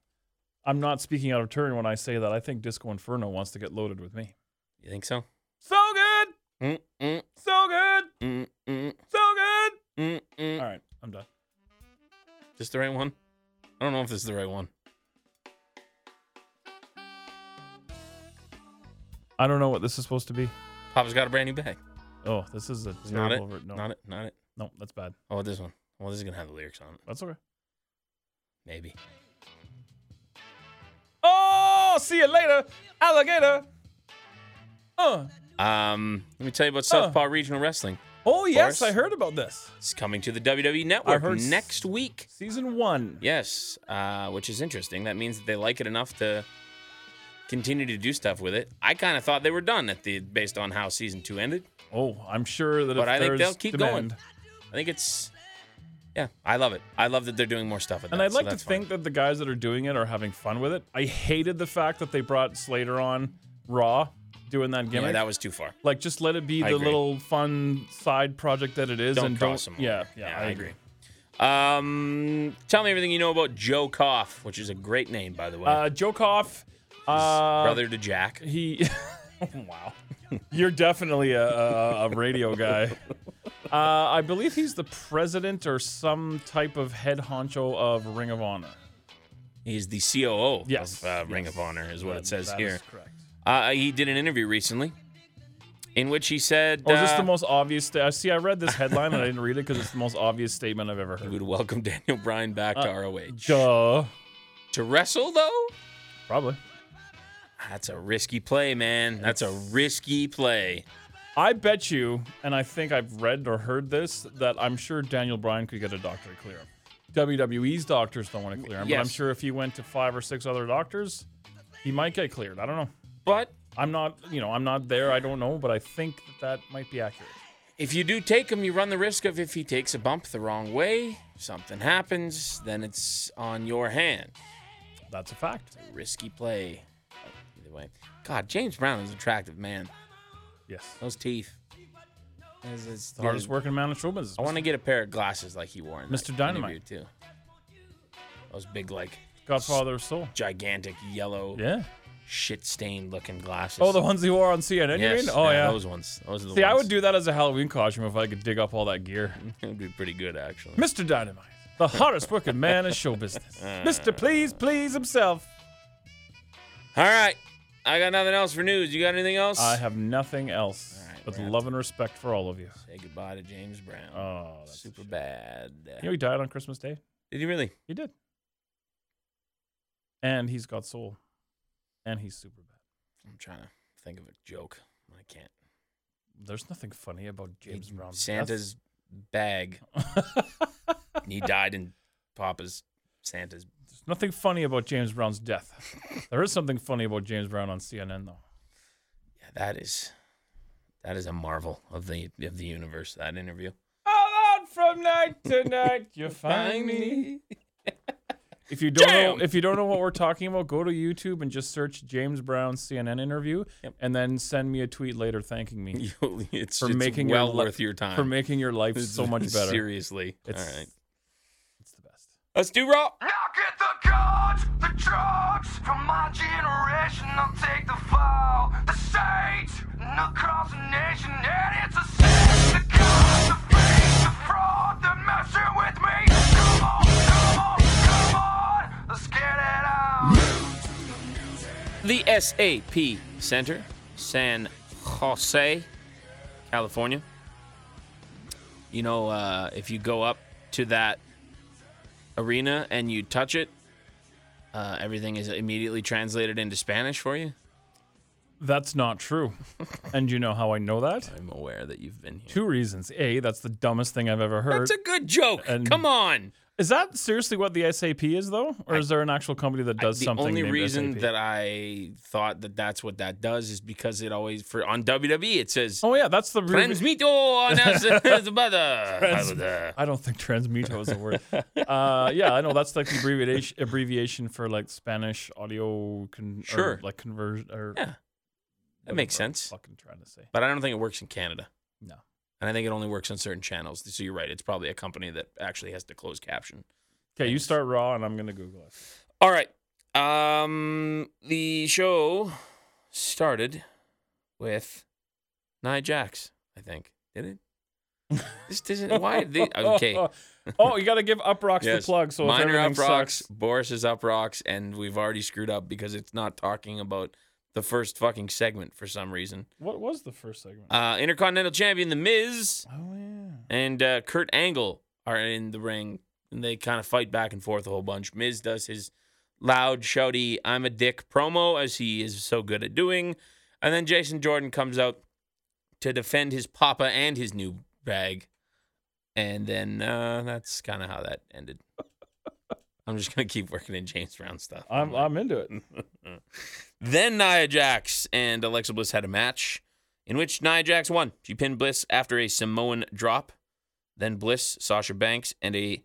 I'm not speaking out of turn when I say that. I think Disco Inferno wants to get loaded with me. You think so? So good! Mm, mm, So good! mm, mm, So good! mm, mm. All right, I'm done. Is this the right one? I don't know if this is the right one. I don't know what this is supposed to be. Papa's got a brand new bag. Oh, this is a It's not it. terrible. ver- no, Not it. Not it. no, that's bad. Oh, this one. Well, this is gonna have the lyrics on it. That's okay. Maybe. Oh, see you later, alligator. Uh, Um, let me tell you about Southpaw Regional Wrestling. Oh yes, I course. heard about this. It's coming to the WWE Network heard s- next week. Season one. Yes, uh, which is interesting. That means that they like it enough to continue to do stuff with it. I kind of thought they were done at the based on how season two ended. Oh, I'm sure that But if I think there's they'll keep demand, going. I think it's yeah, I love it. I love that they're doing more stuff with And that. I'd so like to that's fine. think that the guys that are doing it are having fun with it. I hated the fact that they brought Slater on Raw doing that gimmick. yeah, that was too far. like just let it be I the agree. little fun side project that it is Don't and cross don't them. yeah, yeah, I, agree. Um, tell me everything you know about Joe Koff, which is a great name, by the way. Uh Jokoff uh Brother to Jack. he wow. You're definitely a, a, a radio guy. Uh, I believe he's the president or some type of head honcho of Ring of Honor. He's the COO Yes, of uh, Ring yes. of Honor, is what That- it says that is here. correct. Uh, he did an interview recently in which he said, Or is this uh, the most obvious? sta- I see. I read this headline and I didn't read it because it's the most obvious statement I've ever "We heard. would welcome Daniel Bryan back Uh, to ROH. Duh. To wrestle, though? Probably. That's a risky play, man. That's a risky play. I bet you, and I think I've read or heard this, that I'm sure Daniel Bryan could get a doctor to clear him. WWE's doctors don't want to clear him, but I'm Yes. sure if he went to five or six other doctors, he might get cleared. I don't know. But I'm not, you know, I'm not there. I don't know, but I think that, that might be accurate. if you do take him, you run the risk of if he takes a bump the wrong way, something happens, then it's on your hand. That's a fact. Risky play. Either way. God, James Brown is an attractive, man. Yes. Those teeth. It's- it's- The hardest working man in show business. I want to get a pair of glasses like he wore in that Mr. Dynamite. interview, too. Those big, like Godfather of Soul. gigantic yellow Yeah. shit stained looking glasses. Oh, the ones he wore on CNN. yes, you mean? Oh yeah. those ones. Those are the See, ones. I would do that as a Halloween costume if I could dig up all that gear. It would be pretty good actually. Mr. Dynamite, the hottest working man in show business. Mr. Please Please himself. All right, I got nothing else for news. You got anything else? I have nothing else All right, but we're gonna love and respect for all of you. Say goodbye to James Brown. Oh, that's super bad. You know he died on Christmas Day? Did you really? He did. And he's got soul. And he's super bad. I'm trying to think of a joke. I can't. There's nothing funny about James He- Brown. Santa's bag. he died in Papa's Santa's. There's nothing funny about James Brown's death. there is something funny about James Brown on CNN though. Yeah, that is. That is a marvel of the of the universe. That interview. All out from night to night, you find me. If you don't Jam! know, if you don't know what we're talking about, go to YouTube and just search James Brown CNN interview, and then send me a tweet later thanking me You- it's for it's making well your li- worth your time. for making your life so much better. Seriously. It's All right. it's the best. Let's do raw. I'll get the cards, the drugs from my generation. I'll take the fall, the state, and across the nation. And it's a sin. The cards, the fake, the fraud, the messing with me. Come on, come on, come on. Let's get it on. The SAP Center, San Jose, California. You know, uh, if you go up to that arena and you touch it, uh, everything is immediately translated into Spanish for you. That's not true, and you know how I know that? I'm aware that you've been here. Two reasons: a, that's the dumbest thing I've ever heard. That's a good joke. And- Come on. is that seriously what the SAP is though, or is there an actual company that does the something? only named reason SAP? that I thought that that's what that does is because it always for on WWE it says oh yeah, that's the reason. transmito on us the brother. uh, I don't think transmuto is a word. uh, yeah, I know that's like the abbreviation abbreviation for like Spanish audio. Con- or, Sure. like conversion. Or Yeah, That makes whatever I'm sense. Fucking trying to say. But I don't think it works in Canada. No. And I think it only works on certain channels. So you're right. It's probably a company that actually has to close caption. Okay, you Thanks. start raw, and I'm gonna Google it. All right. Um, the show started with Nia Jax, I think. Did it? This doesn't. Why? They, okay. Oh, oh, you gotta give Up Rocks Yes. the plug. So if Mine are everything up rocks. sucks- Boris is up rocks, and we've already screwed up because it's not talking about the first fucking segment for some reason. What was the first segment? Uh, Intercontinental Champion The Miz oh yeah. and uh, Kurt Angle are in the ring, and they kind of fight back and forth a whole bunch. Miz does his loud, shouty "I'm a dick" promo as he is so good at doing, and then Jason Jordan comes out to defend his papa and his new bag. And then uh, that's kind of how that ended. I'm just going to keep working in James Brown stuff. I'm I'm into it. Then Nia Jax and Alexa Bliss had a match in which Nia Jax won. She pinned Bliss after a Samoan drop. Then Bliss, Sasha Banks, and a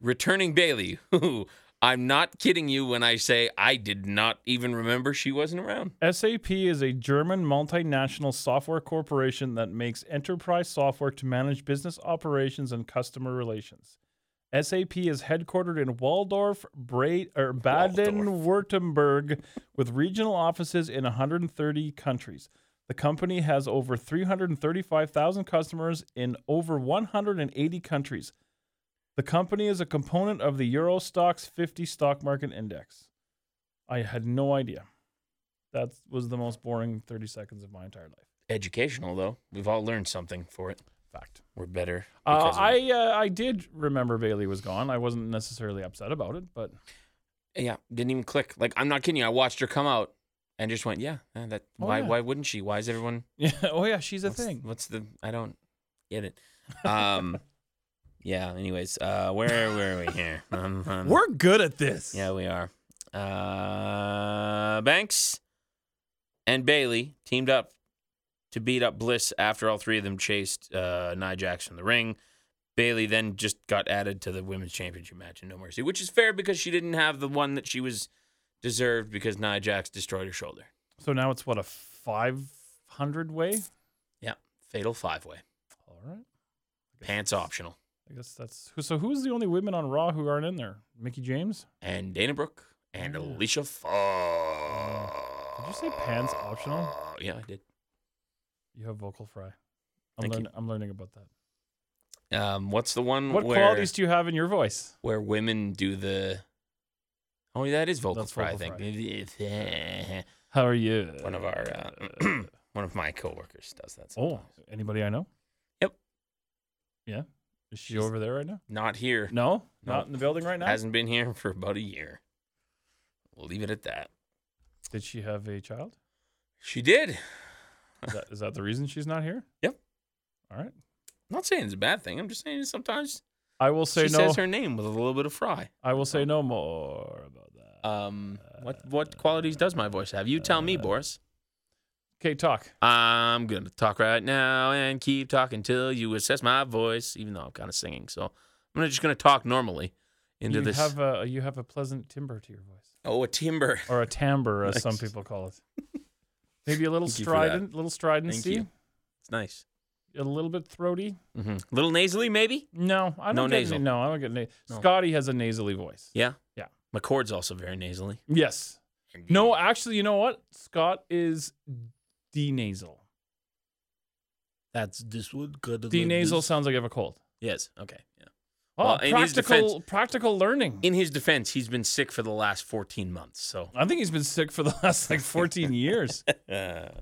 returning Bailey, who I'm not kidding you when I say I did not even remember she wasn't around. SAP is a German multinational software corporation that makes enterprise software to manage business operations and customer relations. SAP is headquartered in Waldorf, Bra- or Baden-Württemberg, with regional offices in 130 countries. The company has over 335,000 customers in over 180 countries. The company is a component of the Eurostoxx 50 stock market index. I had no idea. That was the most boring 30 seconds of my entire life. Educational, though. We've all learned something for it. Fact. We're better. Uh, because of it. I uh, I did remember Bailey was gone. I wasn't necessarily upset about it, but Yeah, didn't even click. Like, I'm not kidding you. I watched her come out and just went, yeah, eh, that. Oh, why, yeah. why wouldn't she? Why is everyone yeah. Oh yeah, she's a What's- thing. What's the? I don't get it. Um, yeah. Anyways, uh, where were we here? Um, um, We're good at this. yeah, we are. Uh, Banks and Bailey teamed up to beat up Bliss after all three of them chased uh, Nia Jax from the ring. Bailey then just got added to the women's championship match in No Mercy, which is fair because she didn't have the one that she was deserved because Nia Jax destroyed her shoulder. So now it's what a 500 way. Yeah, fatal five way, All right. pants optional, I guess that's who. So who's the only women on Raw who aren't in there? Mickey James. and Dana Brooke and Alicia Fox. Did you say pants optional? Yeah, I did. You have vocal fry. I'm Thank you. learning. I'm learning about that. Um, what's the one What where qualities do you have in your voice? where women do the? Oh, yeah, that is vocal That's fry. vocal I think How are you? eh, one of our uh, one of my coworkers does that. Oh, Sometimes. anybody I know? Yep. Yeah. Is she over there right now? not here. No, No. not in the building right now. Hasn't been here for about a year. We'll leave it at that. Did she have a child? She did. Is that, is that the reason she's not here? Yep. All right. I'm not saying it's a bad thing. I'm just saying sometimes I will say she no. says her name with a little bit of fry. I will say no more about that. Um, what what qualities does my voice have? You tell me, Uh, Boris. Okay, talk. I'm gonna talk right now and keep talking till you assess my voice, even though I'm kind of singing. So I'm gonna- just gonna talk normally into you this. have a you have a pleasant timbre to your voice, oh, a timber. or a timbre, as some Nice. people call it. Maybe a little Thank you for that. strident, little stridency, you. It's nice. a little bit throaty. hmm Little nasally, maybe. No, I don't No get any- nasal. no, I don't get any. Scotty has a nasally voice. Yeah. Yeah. My chord's also very nasally. Yes. No, actually, you know what? Scott is denasal. That's this would good. Denasal sounds like you have a cold. Yes. Okay. Yeah. Oh, Well, in his practical practical learning. In his defense, he's been sick for the last 14 months. So I think he's been sick for the last like 14 years.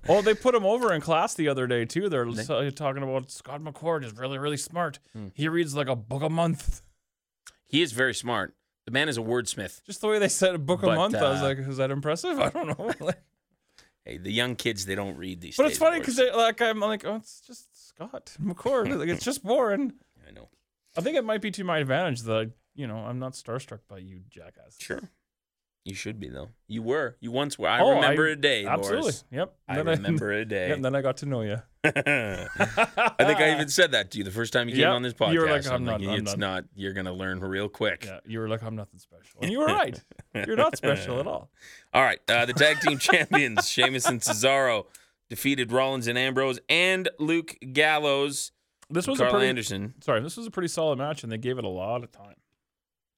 oh, they put him over in class the other day too. They're so- talking about Scott McCord is really really smart. Hmm. He reads like a book a month. he is very smart. The man is a wordsmith. Just the way they said a book a But, month, I was uh, like, is that impressive? I don't know. Like- Hey, the young kids they don't read these. but it's days, funny Boris. because like I'm like, oh, it's just Scott McCord. like it's just boring. I know. I think it might be to my advantage that you know I'm not starstruck by you jackass. Sure. You should be though. You were. You once were. I Oh, remember a day. Absolutely. Boris. Yep. I remember a I, day. yeah, and then I got to know you. I think I even said that to you the first time you came Yep. on this podcast. You were like, "I'm not- thinking, I'm it's not. not." You're gonna learn real quick. Yeah, you were like, I'm nothing special. And you were right. You're not special at all. All right. Uh, the tag team champions Sheamus and Cesaro defeated Rollins and Ambrose and Luke Gallows. This was Carl a pretty Anderson. sorry, this was a pretty solid match and they gave it a lot of time.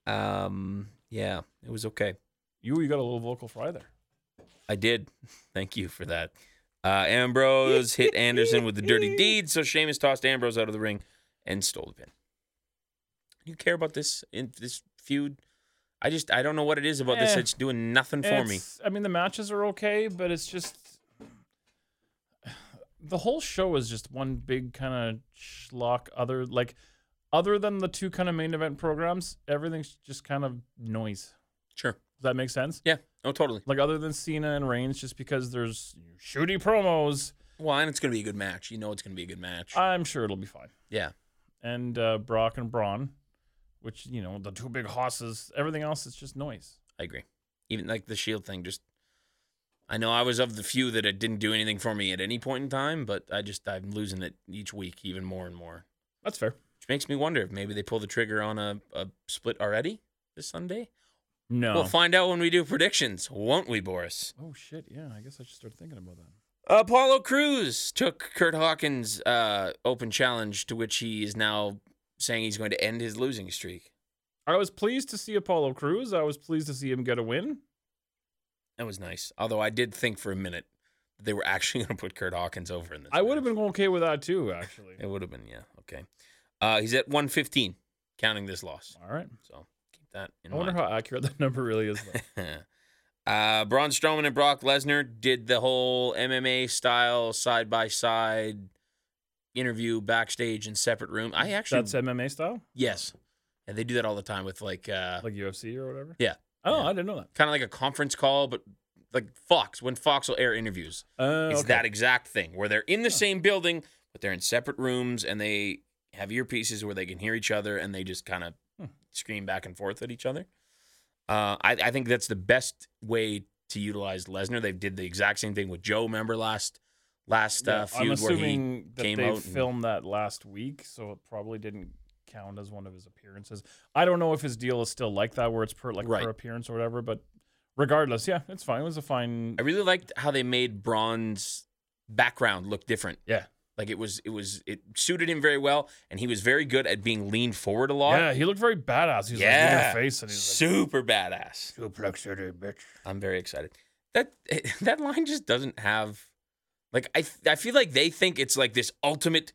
Um. Yeah. It was okay. You you got a little vocal fry there. I did. Thank you for that. Uh, Ambrose hit Anderson with the dirty deed, so Sheamus tossed Ambrose out of the ring and stole the pin. You care about this in this feud? I just I don't know what it is about this. Eh. It's doing nothing for me. It's- I mean the matches are okay, but it's just the whole show is just one big kind of schlock other like other than the two kind of main event programs, everything's just kind of noise. Sure. Does that make sense? Yeah. Oh, totally. Like other than Cena and Reigns, just because there's shooty promos Well, and it's going to be a good match. You know it's going to be a good match. I'm sure it'll be fine. yeah. And uh, Brock and Braun, which you know the two big hosses. Everything else is just noise. I agree. Even like the Shield thing, just I know I was of the few that it didn't do anything for me at any point in time, but I just I'm losing it each week even more and more, That's fair. which makes me wonder if maybe they pull the trigger on a, a split already this Sunday. No. We'll find out when we do predictions, won't we, Boris? oh shit! Yeah, I guess I should start thinking about that. Apollo Cruz took Kurt Hawkins' uh, open challenge, to which he is now saying he's going to end his losing streak. I was pleased to see Apollo Cruz. I was pleased to see him get a win. That was nice. Although I did think for a minute that they were actually going to put Kurt Hawkins over in this. I match. would have been okay with that too, actually. It would have been, yeah. Okay. Uh, he's at 115, counting this loss. All right. So keep that in I wonder mind. how accurate that number really is. though. uh, Braun Strowman and Brock Lesnar did the whole MMA style side by side interview backstage in separate room. I actually, That's MMA style, yes, and they do that all the time with like, uh, like UFC or whatever. yeah, Oh, yeah. I didn't know that. kind of like a conference call, but like Fox when Fox will air interviews. Uh, It's okay. Oh. that exact thing where they're in the same building, but they're in separate rooms and they have earpieces where they can hear each other and they just kind of Hmm. scream back and forth at each other. Uh, I, I think that's the best way to utilize Lesnar. They did the exact same thing with Joe. Remember last last Yeah, uh, I'm feud where he assuming that came they out. and- filmed that last week, so it probably didn't count as one of his appearances. I don't know if his deal is still like that, where it's per like Right. per appearance or whatever. But regardless, yeah, it's fine. It was a fine. I really liked how they made Braun's background look different. yeah, Like it was it was it suited him very well, and he was very good at being leaned forward a lot. yeah, he looked very badass. He was Yeah. like in your face, and he's like, super badass. I'm very excited. That that line just doesn't have like I I feel like they think it's like this ultimate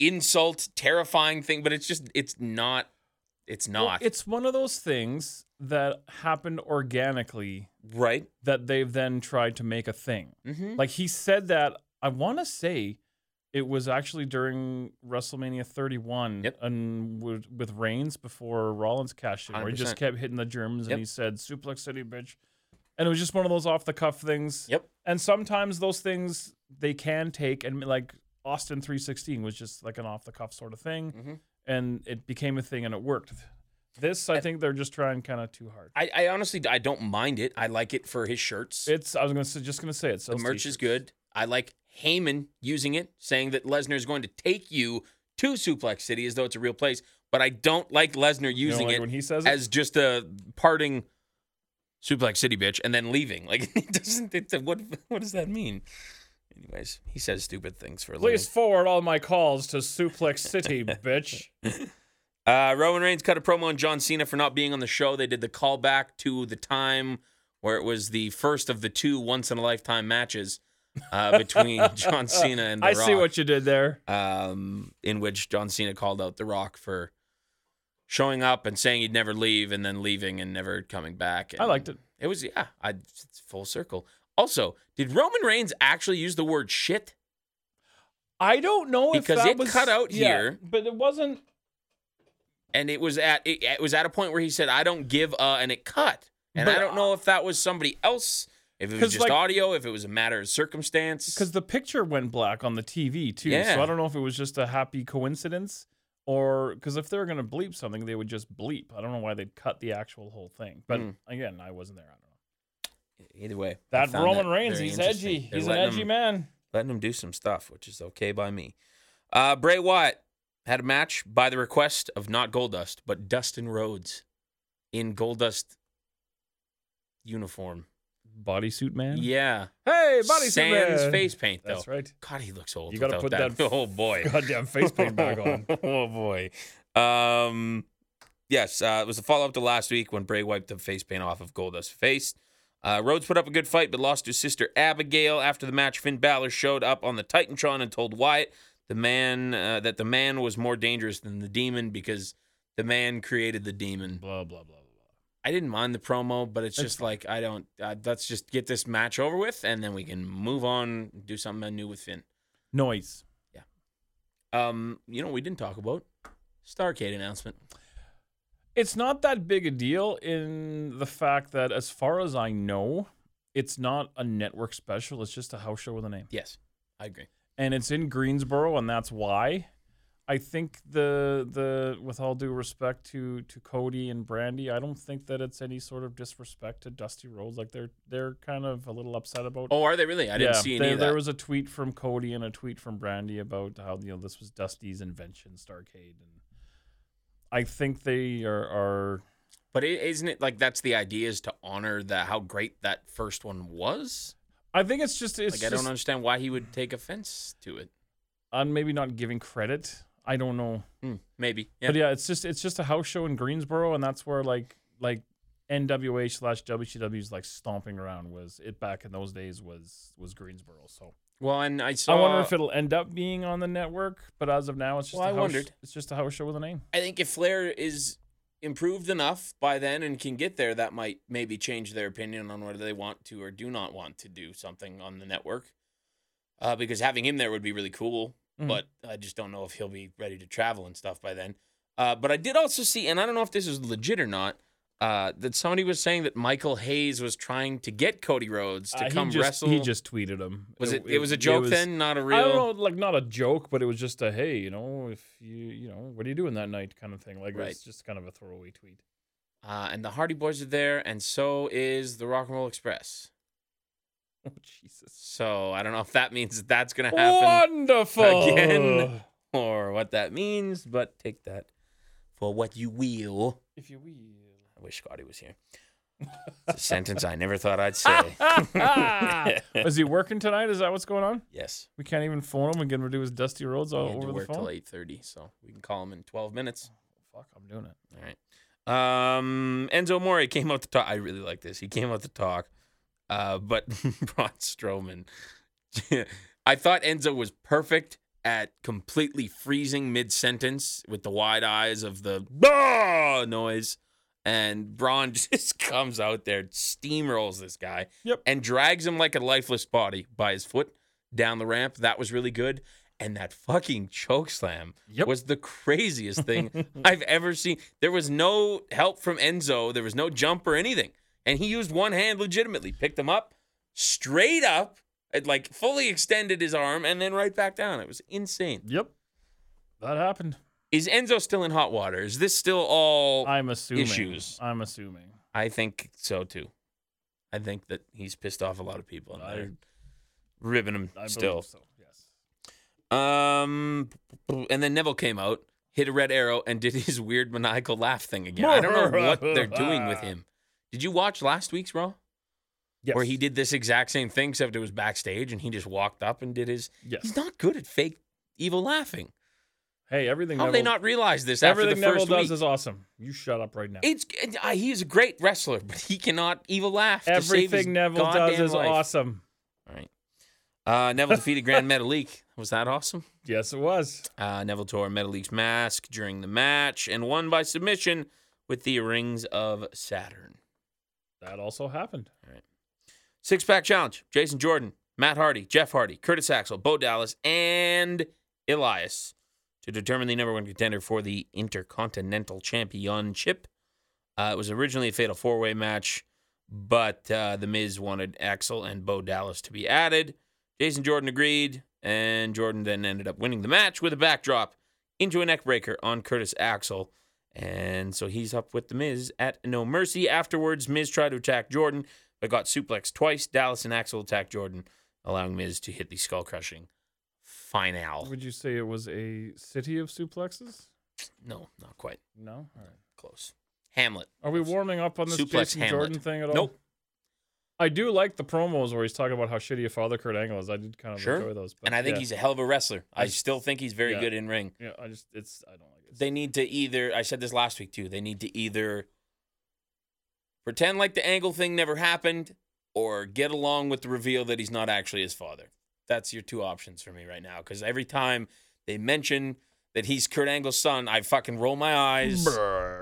insult, terrifying thing, but it's just it's not. It's Well, not it's one of those things that happened organically right. that they've then tried to make a thing. Mm-hmm. Like he said that I want to say it was actually during WrestleMania 31 Yep. and with, with Reigns before Rollins cashed in, where he just 100%. kept hitting the germs Yep. and he said "Suplex City, bitch," and it was just one of those off the cuff things. Yep. And sometimes those things they can take and like Austin 316 was just like an off the cuff sort of thing, Mm-hmm. and it became a thing and it worked. This I think they're just trying kind of too hard. I, I honestly I don't mind it. I like it for his shirts. It's I was gonna say, just gonna say it. the sells merch is t-shirts. good. I like Heyman using it, saying that Lesnar is going to take you to Suplex City as though it's a real place. But I don't like Lesnar You know, using like it when he says it? as just a parting suplex city bitch and then leaving. Like it doesn't. It, what what does that mean? Anyways, he says stupid things for a Please forward all my calls to Suplex City, bitch. living. Uh, Roman Reigns cut a promo on John Cena for not being on the show. They did the callback to the time where it was the first of the two once in a lifetime matches uh, between John Cena and The I Rock. see what you did there. um, in which John Cena called out The Rock for showing up and saying he'd never leave and then leaving and never coming back. I liked And it. It was, yeah, I, it's full circle. Also, did Roman Reigns actually use the word shit? I don't know if Because that it was cut out yeah, here. but it wasn't. And it was at it, it was at a point where he said, "I don't give," uh, and it cut. And I But- don't know if that was somebody else, if it 'Cause, was just like- audio, if it was a matter of circumstance. Because the picture went black on the TV too, Yeah. so I don't know if it was just a happy coincidence or because if they were gonna bleep something, they would just bleep. I don't know why they'd cut the actual whole thing. But Mm. again, I wasn't there. I don't know. either way, I That found Roman that Reigns, very he's interesting. edgy. They're He's an letting edgy him- man. letting him do some stuff, which is okay by me. Uh, Bray Wyatt had a match by the request of not Goldust, but Dustin Rhodes in Goldust uniform. Bodysuit man. Yeah. Hey, bodysuit man. Sans face paint, though. That's right. God, he looks old. You gotta without put that- Oh, boy. Goddamn face paint back on. oh, boy. Um, yes, uh, it was a follow up to last week when Bray wiped the face paint off of Goldust's face. Uh, Rhodes put up a good fight, but lost to his sister Abigail. After the match, Finn Balor showed up on the Titantron and told Wyatt the man uh, that the man was more dangerous than the demon because the man created the demon. Blah blah blah blah. I didn't mind the promo, but it's It's just like I don't. Uh, let's just get this match over with, and then we can move on, do something new with Finn. Noise. Um, you know, what we didn't talk about Starcade announcement. it's not that big a deal in the fact that as far as i know it's not a network special it's just a house show with a name Yes, I agree. and it's in Greensboro, and that's why. I think the the with all due respect to to Cody and Brandy, I don't think that it's any sort of disrespect to Dusty Rhodes. Like they're they're kind of a little upset about. Oh, are they really? I didn't see any there, of that. there was a tweet from Cody and a tweet from Brandy about how you know this was Dusty's invention, Starcade, and I think they are are but is isn't it like that's the idea is to honor the how great that first one was? I think it's just it's Like I don't just understand why he would take offense to it. I'm maybe not giving credit. I don't know, Hmm, maybe. Yeah. but yeah, it's just it's just a house show in Greensboro, and that's where like like NWA slash WCW's like stomping around was it back in those days was was Greensboro. So Well, and I saw. I wonder if it'll end up being on the network, but as of now, it's just uh, Well, a I house, wondered. It's just a house show with a name. I think if Flair is improved enough by then and can get there, that might maybe change their opinion on whether they want to or do not want to do something on the network. Uh, because having him there would be really cool, Mhm. but I just don't know if he'll be ready to travel and stuff by then. Uh, but I did also see, and I don't know if this is legit or not, uh, that somebody was saying that Michael Hayes was trying to get Cody Rhodes to Uh, he come just- wrestle. He just tweeted him. was it, it? was a joke was- then, not a real. I don't know, like not a joke, but it was just a hey, you know, if you you know, what are you doing that night kind of thing. Like Right. it's just kind of a throwaway tweet. Uh, and the Hardy Boys are there, and so is the Rock and Roll Express. Oh Jesus! So I don't know if that means that that's going to happen Wonderful again. or what that means, but take that for what you will. If you will. I wish Scotty was here. It's a sentence I never thought I'd say. Is he working tonight? Is that what's going on? yes. We can't even phone him and get him to do his dusty roads all we had to Oh, over the work till phone. 8.30, so we can call him in 12 minutes. Fuck, I'm doing it. All right. Um, Enzo Mori came out to talk. I really like this. He came out to talk, uh, but Braun Strowman. I thought Enzo was perfect at completely freezing mid sentence with the wide eyes of the "Bah!" noise. And Braun just comes out there, steamrolls this guy, Yep. and drags him like a lifeless body by his foot down the ramp. That was really good. And that fucking choke slam Yep. was the craziest thing I've ever seen. There was no help from Enzo. There was no jump or anything. And he used one hand legitimately, picked him up, straight up, and, like fully extended his arm, and then right back down. It was insane. Yep. That happened. Is Enzo still in hot water? Is this still all? I, I'm assuming. Oh, Issues. I'm assuming. think so too. I think that he's pissed off a lot of people. And I- they're ribbing him I still. believe so. Yes. Um, and then Neville came out, hit a red arrow, and did his weird maniacal laugh thing again. I don't know what they're doing with him. Did you watch last week's Raw? Yes. Where he did this exact same thing, except it was backstage, and he just walked up and did his. Yes. He's not good at fake evil laughing. Hey, everything. How did Neville, they not realize this after the Everything first Neville does week? is awesome. You shut up right now. it's uh, he's a great wrestler, but he cannot evil laugh. to save his Everything Neville does goddamn is life. awesome. All right. Uh, Neville defeated Grand Metalik. Was that awesome? Yes, it was. Uh, Neville tore Metalik's mask during the match and won by submission with the Rings of Saturn. That also happened. Six pack challenge Jason Jordan, Matt Hardy, Jeff Hardy, Curtis Axel, Bo Dallas, and Elias to determine the number one contender for the Intercontinental Championship. Uh, it was originally a fatal four way match, but uh, The Miz wanted Axel and Bo Dallas to be added. Jason Jordan agreed, and Jordan then ended up winning the match with a backdrop into a neckbreaker on Curtis Axel. And so he's up with The Miz at No Mercy. Afterwards, Miz tried to attack Jordan, but got suplexed twice. Dallas and Axel attacked Jordan, allowing Miz to hit the skull crushing finale. Would you say it was a city of suplexes? No, not quite No. All right. close. Hamlet. Are we warming up on this Suplex Jason Hamlet. Jordan thing at all? Nope. I do like the promos where he's talking about how shitty a father Kurt Angle is. I did kind of Sure. enjoy those. But and I think yeah. he's a hell of a wrestler. I I- still think he's very yeah. good in ring. Yeah, I just it's I don't like it. They need to either, I said this last week too, they need to either pretend like the angle thing never happened or get along with the reveal that he's not actually his father. That's your two options for me right now. Because every time they mention that he's Kurt Angle's son, I fucking roll my eyes.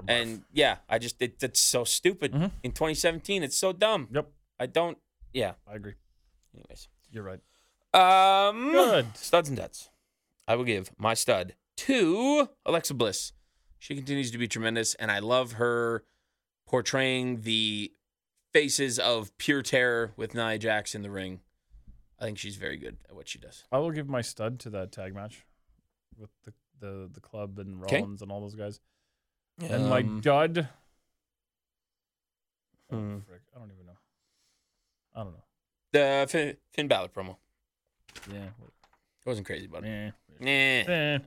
And yeah, I just, it, that's so stupid. Mhm. In 2017, it's so dumb. Yep, I don't, yeah. I agree. Anyways. You're right. Um, Good. Studs and duds. I will give my stud to Alexa Bliss. She continues to be tremendous, and I love her portraying the faces of pure terror with Nia Jax in the ring. I think she's very good at what she does. I will give my stud to that tag match with the the, the club and 'Kay. Rollins and all those guys. And my Um, dud. Oh, Hmm. frick. I don't even know. I don't know. the Finn, Finn Balor promo. Yeah. I wasn't crazy about it. Yeah. Nah. Eh.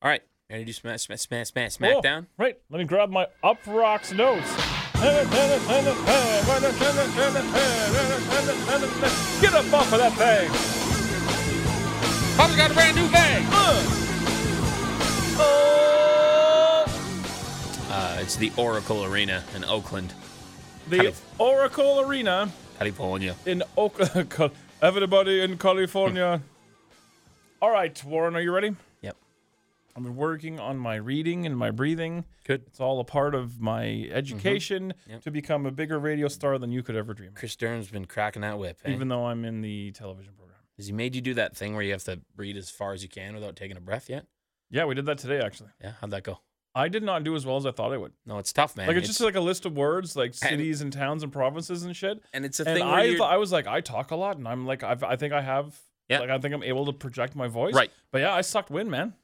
All right, ready to do smash, smash, smash, smash, smackdown. Oh, right. Let me grab my Up Rocks notes. Get up off of that thing. Papa's got a brand new bag. Oh. Uh, it's the Oracle Arena in Oakland, The Oracle Arena California. in Oakland. Cal- Everybody in California. All right, Warren, are you ready? Yep. I've been working on my reading and my breathing. Good. It's all a part of my education Mm-hmm. to become a bigger radio star than you could ever dream. Chris Durham's been cracking that whip. eh? Even though I'm in the television program. Has he made you do that thing where you have to read as far as you can without taking a breath yet? Yeah, we did that today actually. Yeah, how'd that go? I did not do as well as I thought I would. No, it's tough, man. Like it's, just like a list of words, like And- cities and towns and provinces and shit. and it's a And thing where I, you're- th- I was like, I talk a lot, and I'm like, I've, I think I have, Yeah. like I think I'm able to project my voice, Right. But yeah, I sucked wind, man.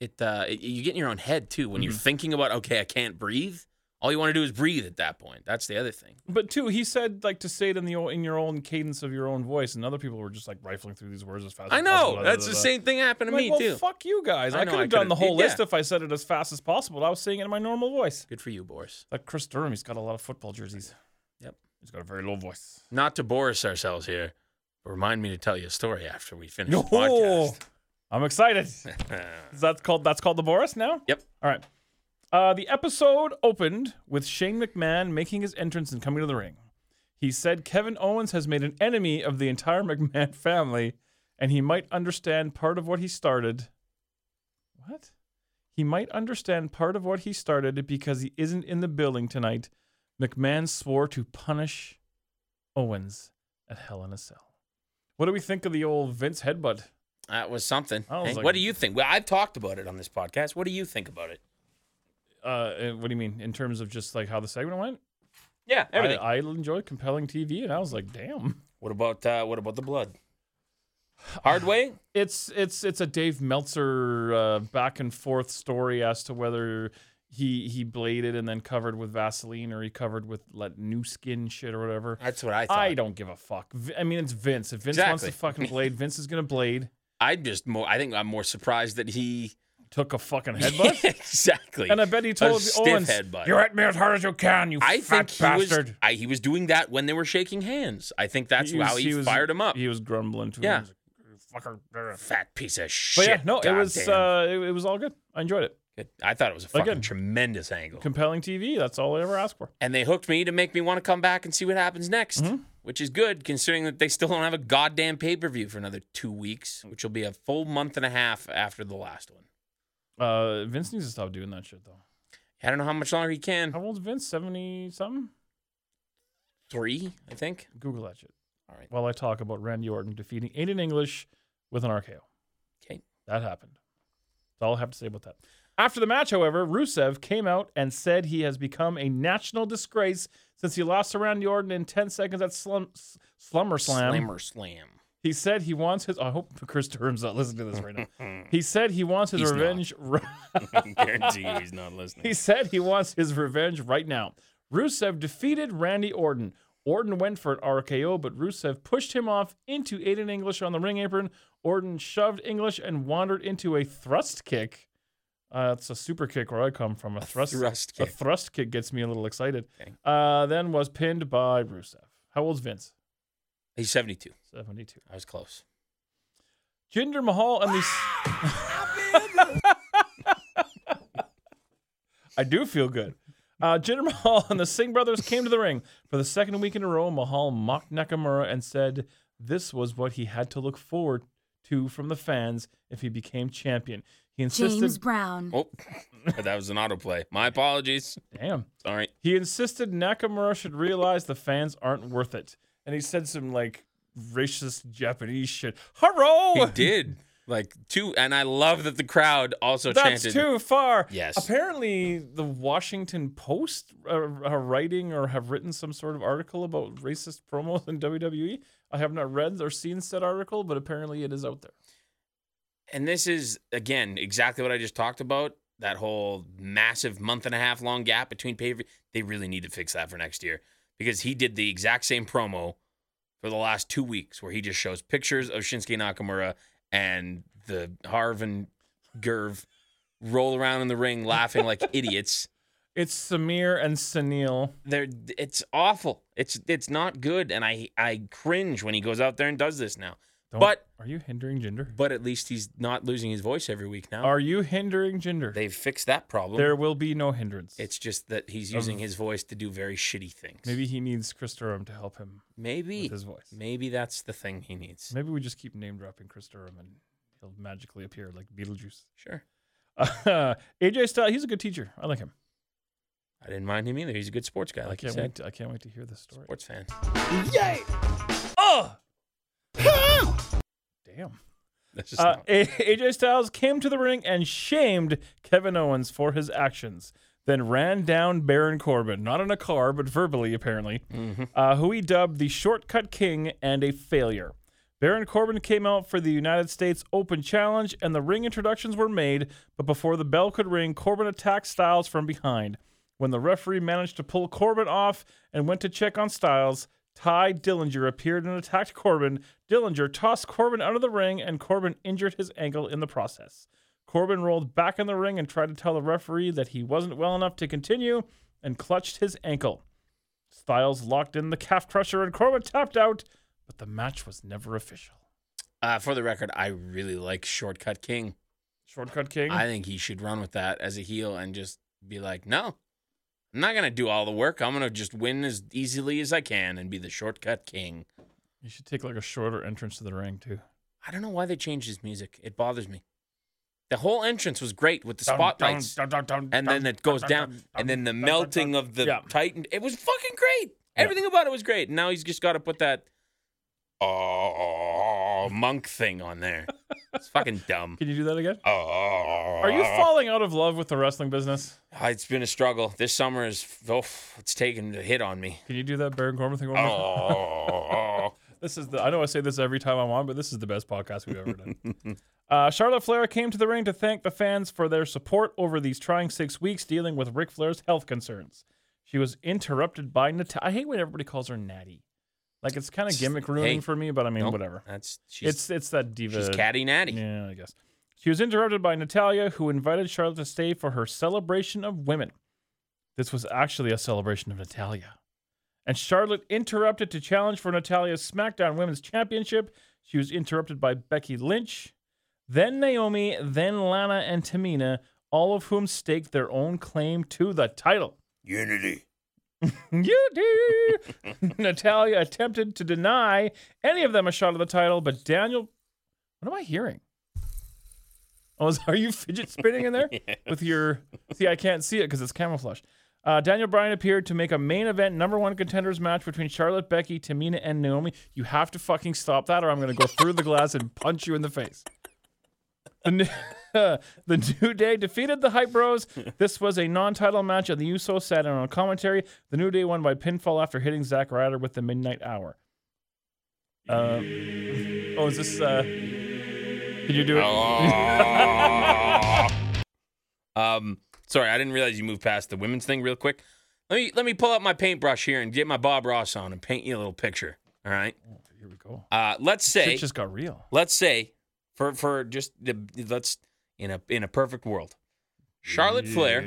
it, uh, it- you get in your own head too when you're thinking about okay, I can't breathe. All you want to do is breathe at that point. That's the other thing. But two, he said like to say it in the o- in your own cadence of your own voice, and other people were just like rifling through these words as fast. I as know. possible, da, That's da, the da, da. same thing happened to I'm like, me well, too. fuck you guys. I I, know, could I have done could've- the whole yeah. list if I said it as fast as possible. I was saying it in my normal voice. Good for you, Boris. Like Chris Durham, he's got a lot of football jerseys. Yep. he's got a very low voice. Not to Boris ourselves here, but remind me to tell you a story after we finish the Oh, podcast. I'm excited. Is that called that's called the Boris now? Yep. All right. Uh, the episode opened with Shane McMahon making his entrance and coming to the ring. He said Kevin Owens has made an enemy of the entire McMahon family, and he might understand part of what he started. What? He might understand part of what he started because he isn't in the building tonight. McMahon swore to punish Owens at Hell in a Cell. What do we think of the old Vince headbutt? That was something. That was Hank, like- what do you think? Well, I've talked about it on this podcast. What do you think about it? Uh, uh, what do you mean in terms of just like how the segment went? Yeah, I- everything. I, enjoyed compelling TV, and I was like, damn. what about uh, what about the blood? Hard way? It's it's it's a Dave Meltzer uh, back and forth story as to whether he he bladed and then covered with Vaseline or he covered with like new skin shit or whatever. That's what I thought. I don't give a fuck. V- I mean, it's Vince. If Vince wants Exactly. to fucking blade, Vince is gonna blade. I just more. I think I'm more surprised that he Took a fucking headbutt, exactly. and I bet he told a stiff Owens, headbutt. "You hit me as hard as you can, you I fat think he bastard." was. I, he was doing that when they were shaking hands. I think that's was- how he, was- fired him up. He was grumbling to Yeah. him. He was like, "You fucker. Fat piece of shit. But yeah, no, it was goddamn. uh, it, it was all good. I enjoyed it. Good. I thought it was a fucking Again. tremendous angle. Compelling TV. That's all I ever ask for. and they hooked me to make me want to come back and see what happens next, Mm-hmm. which is good considering that they still don't have a goddamn pay per view for another two weeks, which will be a full month and a half after the last one. Uh, Vince needs to stop doing that shit though. I don't know how much longer he can. How old's Vince? Seventy something. Three, I think. Google that shit. All right. While I talk about Randy Orton defeating Aiden English with an RKO. Okay. That happened. That's all I have to say about that. After the match, however, Rusev came out and said he has become a national disgrace since he lost to Randy Orton in 10 seconds at Slum, Slummer Slam. Slammer slam. He said he wants his. I hope Chris Durham's not listening to this right now. He said he wants his He's not. revenge. Guarantee you he's not listening. he said he wants his revenge right now. Rusev defeated Randy Orton. Orton went for an RKO, but Rusev pushed him off into Aiden English on the ring apron. Orton shoved English and wandered into a thrust kick. Uh, it's a super kick where I come from. A thrust, thrust A kick. thrust kick gets me a little excited. Uh, then was pinned by Rusev. How old's Vince? He's 72. 72. I was close. Jinder Mahal and the. I do feel good. Uh, Jinder Mahal and the Singh brothers came to the ring for the second week in a row. Mahal mocked Nakamura and said this was what he had to look forward to from the fans if he became champion. He insisted. James Brown. Oh, that was an autoplay. My apologies. damn. All right. He insisted Nakamura should realize the fans aren't worth it, and he said some like racist Japanese shit. Hurrah! He did. Like two, and I love that the crowd also That's chanted. too far. Yes. Apparently, the Washington Post uh, are writing or have written some sort of article about racist promos in WWE. I have not read or seen said article, but apparently it is out there. And this is again exactly what I just talked about. That whole massive month and a half long gap between pay they really need to fix that for next year because he did the exact same promo for the last two weeks where he just shows pictures of Shinsuke Nakamura and the Harv and Gerv roll around in the ring laughing like idiots. It's Samir and Sunil. They're, it's awful. It's it's not good, and I I cringe when he goes out there and does this now. Don't- But- are you hindering gender? But at least he's not losing his voice every week now. Are you hindering gender? They've fixed that problem. There will be no hindrance. It's just that he's using his voice to do very shitty things. Maybe he needs Chris Durham to help him maybe with his voice. maybe that's the thing he needs. Maybe we just keep name dropping Chris Durham and he'll magically appear like Beetlejuice. Sure, AJ Styles, he's a good teacher. I like him. I didn't mind him either. He's a good sports guy, I like you can't said. wait. To, I can't wait to hear this story. Sports fan. Yay! Oh, damn. That's just Uh, not- A- AJ Styles came to the ring and shamed Kevin Owens for his actions, then ran down Baron Corbin, not in a car, but verbally, apparently, uh, who he dubbed the shortcut king and a failure. Baron Corbin came out for the United States Open Challenge, and the ring introductions were made, but before the bell could ring, Corbin attacked Styles from behind. When the referee managed to pull Corbin off and went to check on Styles, Ty Dillinger appeared and attacked Corbin. Dillinger tossed Corbin out of the ring, and Corbin injured his ankle in the process. Corbin rolled back in the ring and tried to tell the referee that he wasn't well enough to continue and clutched his ankle. Styles locked in the calf crusher and Corbin tapped out, but the match was never official. Uh, for the record, I really like Shortcut King. Shortcut King. I think he should run with that as a heel and just be like, no, I'm not gonna do all the work. I'm gonna just win as easily as I can and be the Shortcut King. you should take like a shorter entrance to the ring too. I don't know why they changed his music. It bothers me. The whole entrance was great with the spotlights. and then it goes down, and then the melting of the Yeah. Titan. It was fucking great. Everything about it was great. Now he's just got to put that oh monk thing on there. It's fucking dumb. Can you do that again? Oh, Are you falling out of love with the wrestling business? It's been a struggle. This summer is oh, it's taken a hit on me. Can you do that Baron Corbin thing? one more time? Oh, This is the I know I say this every time I'm on, but this is the best podcast we've ever done. Uh, Charlotte Flair came to the ring to thank the fans for their support over these trying six weeks dealing with Ric Flair's health concerns. She was interrupted by Nat. I hate when everybody calls her Natty. Like it's kind of gimmick ruining hey, for me, but I mean Nope. whatever. that's she's it's it's that diva. she's catty natty. Yeah, I guess. She was interrupted by Natalia, who invited Charlotte to stay for her celebration of women. This was actually a celebration of Natalia. And Charlotte interrupted to challenge for Natalia's SmackDown Women's Championship. She was interrupted by Becky Lynch, then Naomi, then Lana and Tamina, all of whom staked their own claim to the title. Unity. You do. Natalia attempted to deny any of them a shot at the title, but Daniel, what am I hearing? Oh, is, are you fidget spinning in there with your? See, I can't see it because it's camouflage. Uh, Daniel Bryan appeared to make a main event number one contenders match between Charlotte, Becky, Tamina, and Naomi. You have to fucking stop that, or I'm going to go through the glass and punch you in the face. The new, the New Day defeated the Hype Bros. This was a non-title match, and the Usos sat in on commentary. The New Day won by pinfall after hitting Zack Ryder with the Midnight Hour. Uh, oh, is this? Uh, can you do it? Um, sorry, I didn't realize you moved past the women's thing real quick. Let me let me pull out my paintbrush here and get my Bob Ross on and paint you a little picture. All right. Here we go. Uh, let's say It just got real. let's say for for just the let's in a in a perfect world, Charlotte Flair,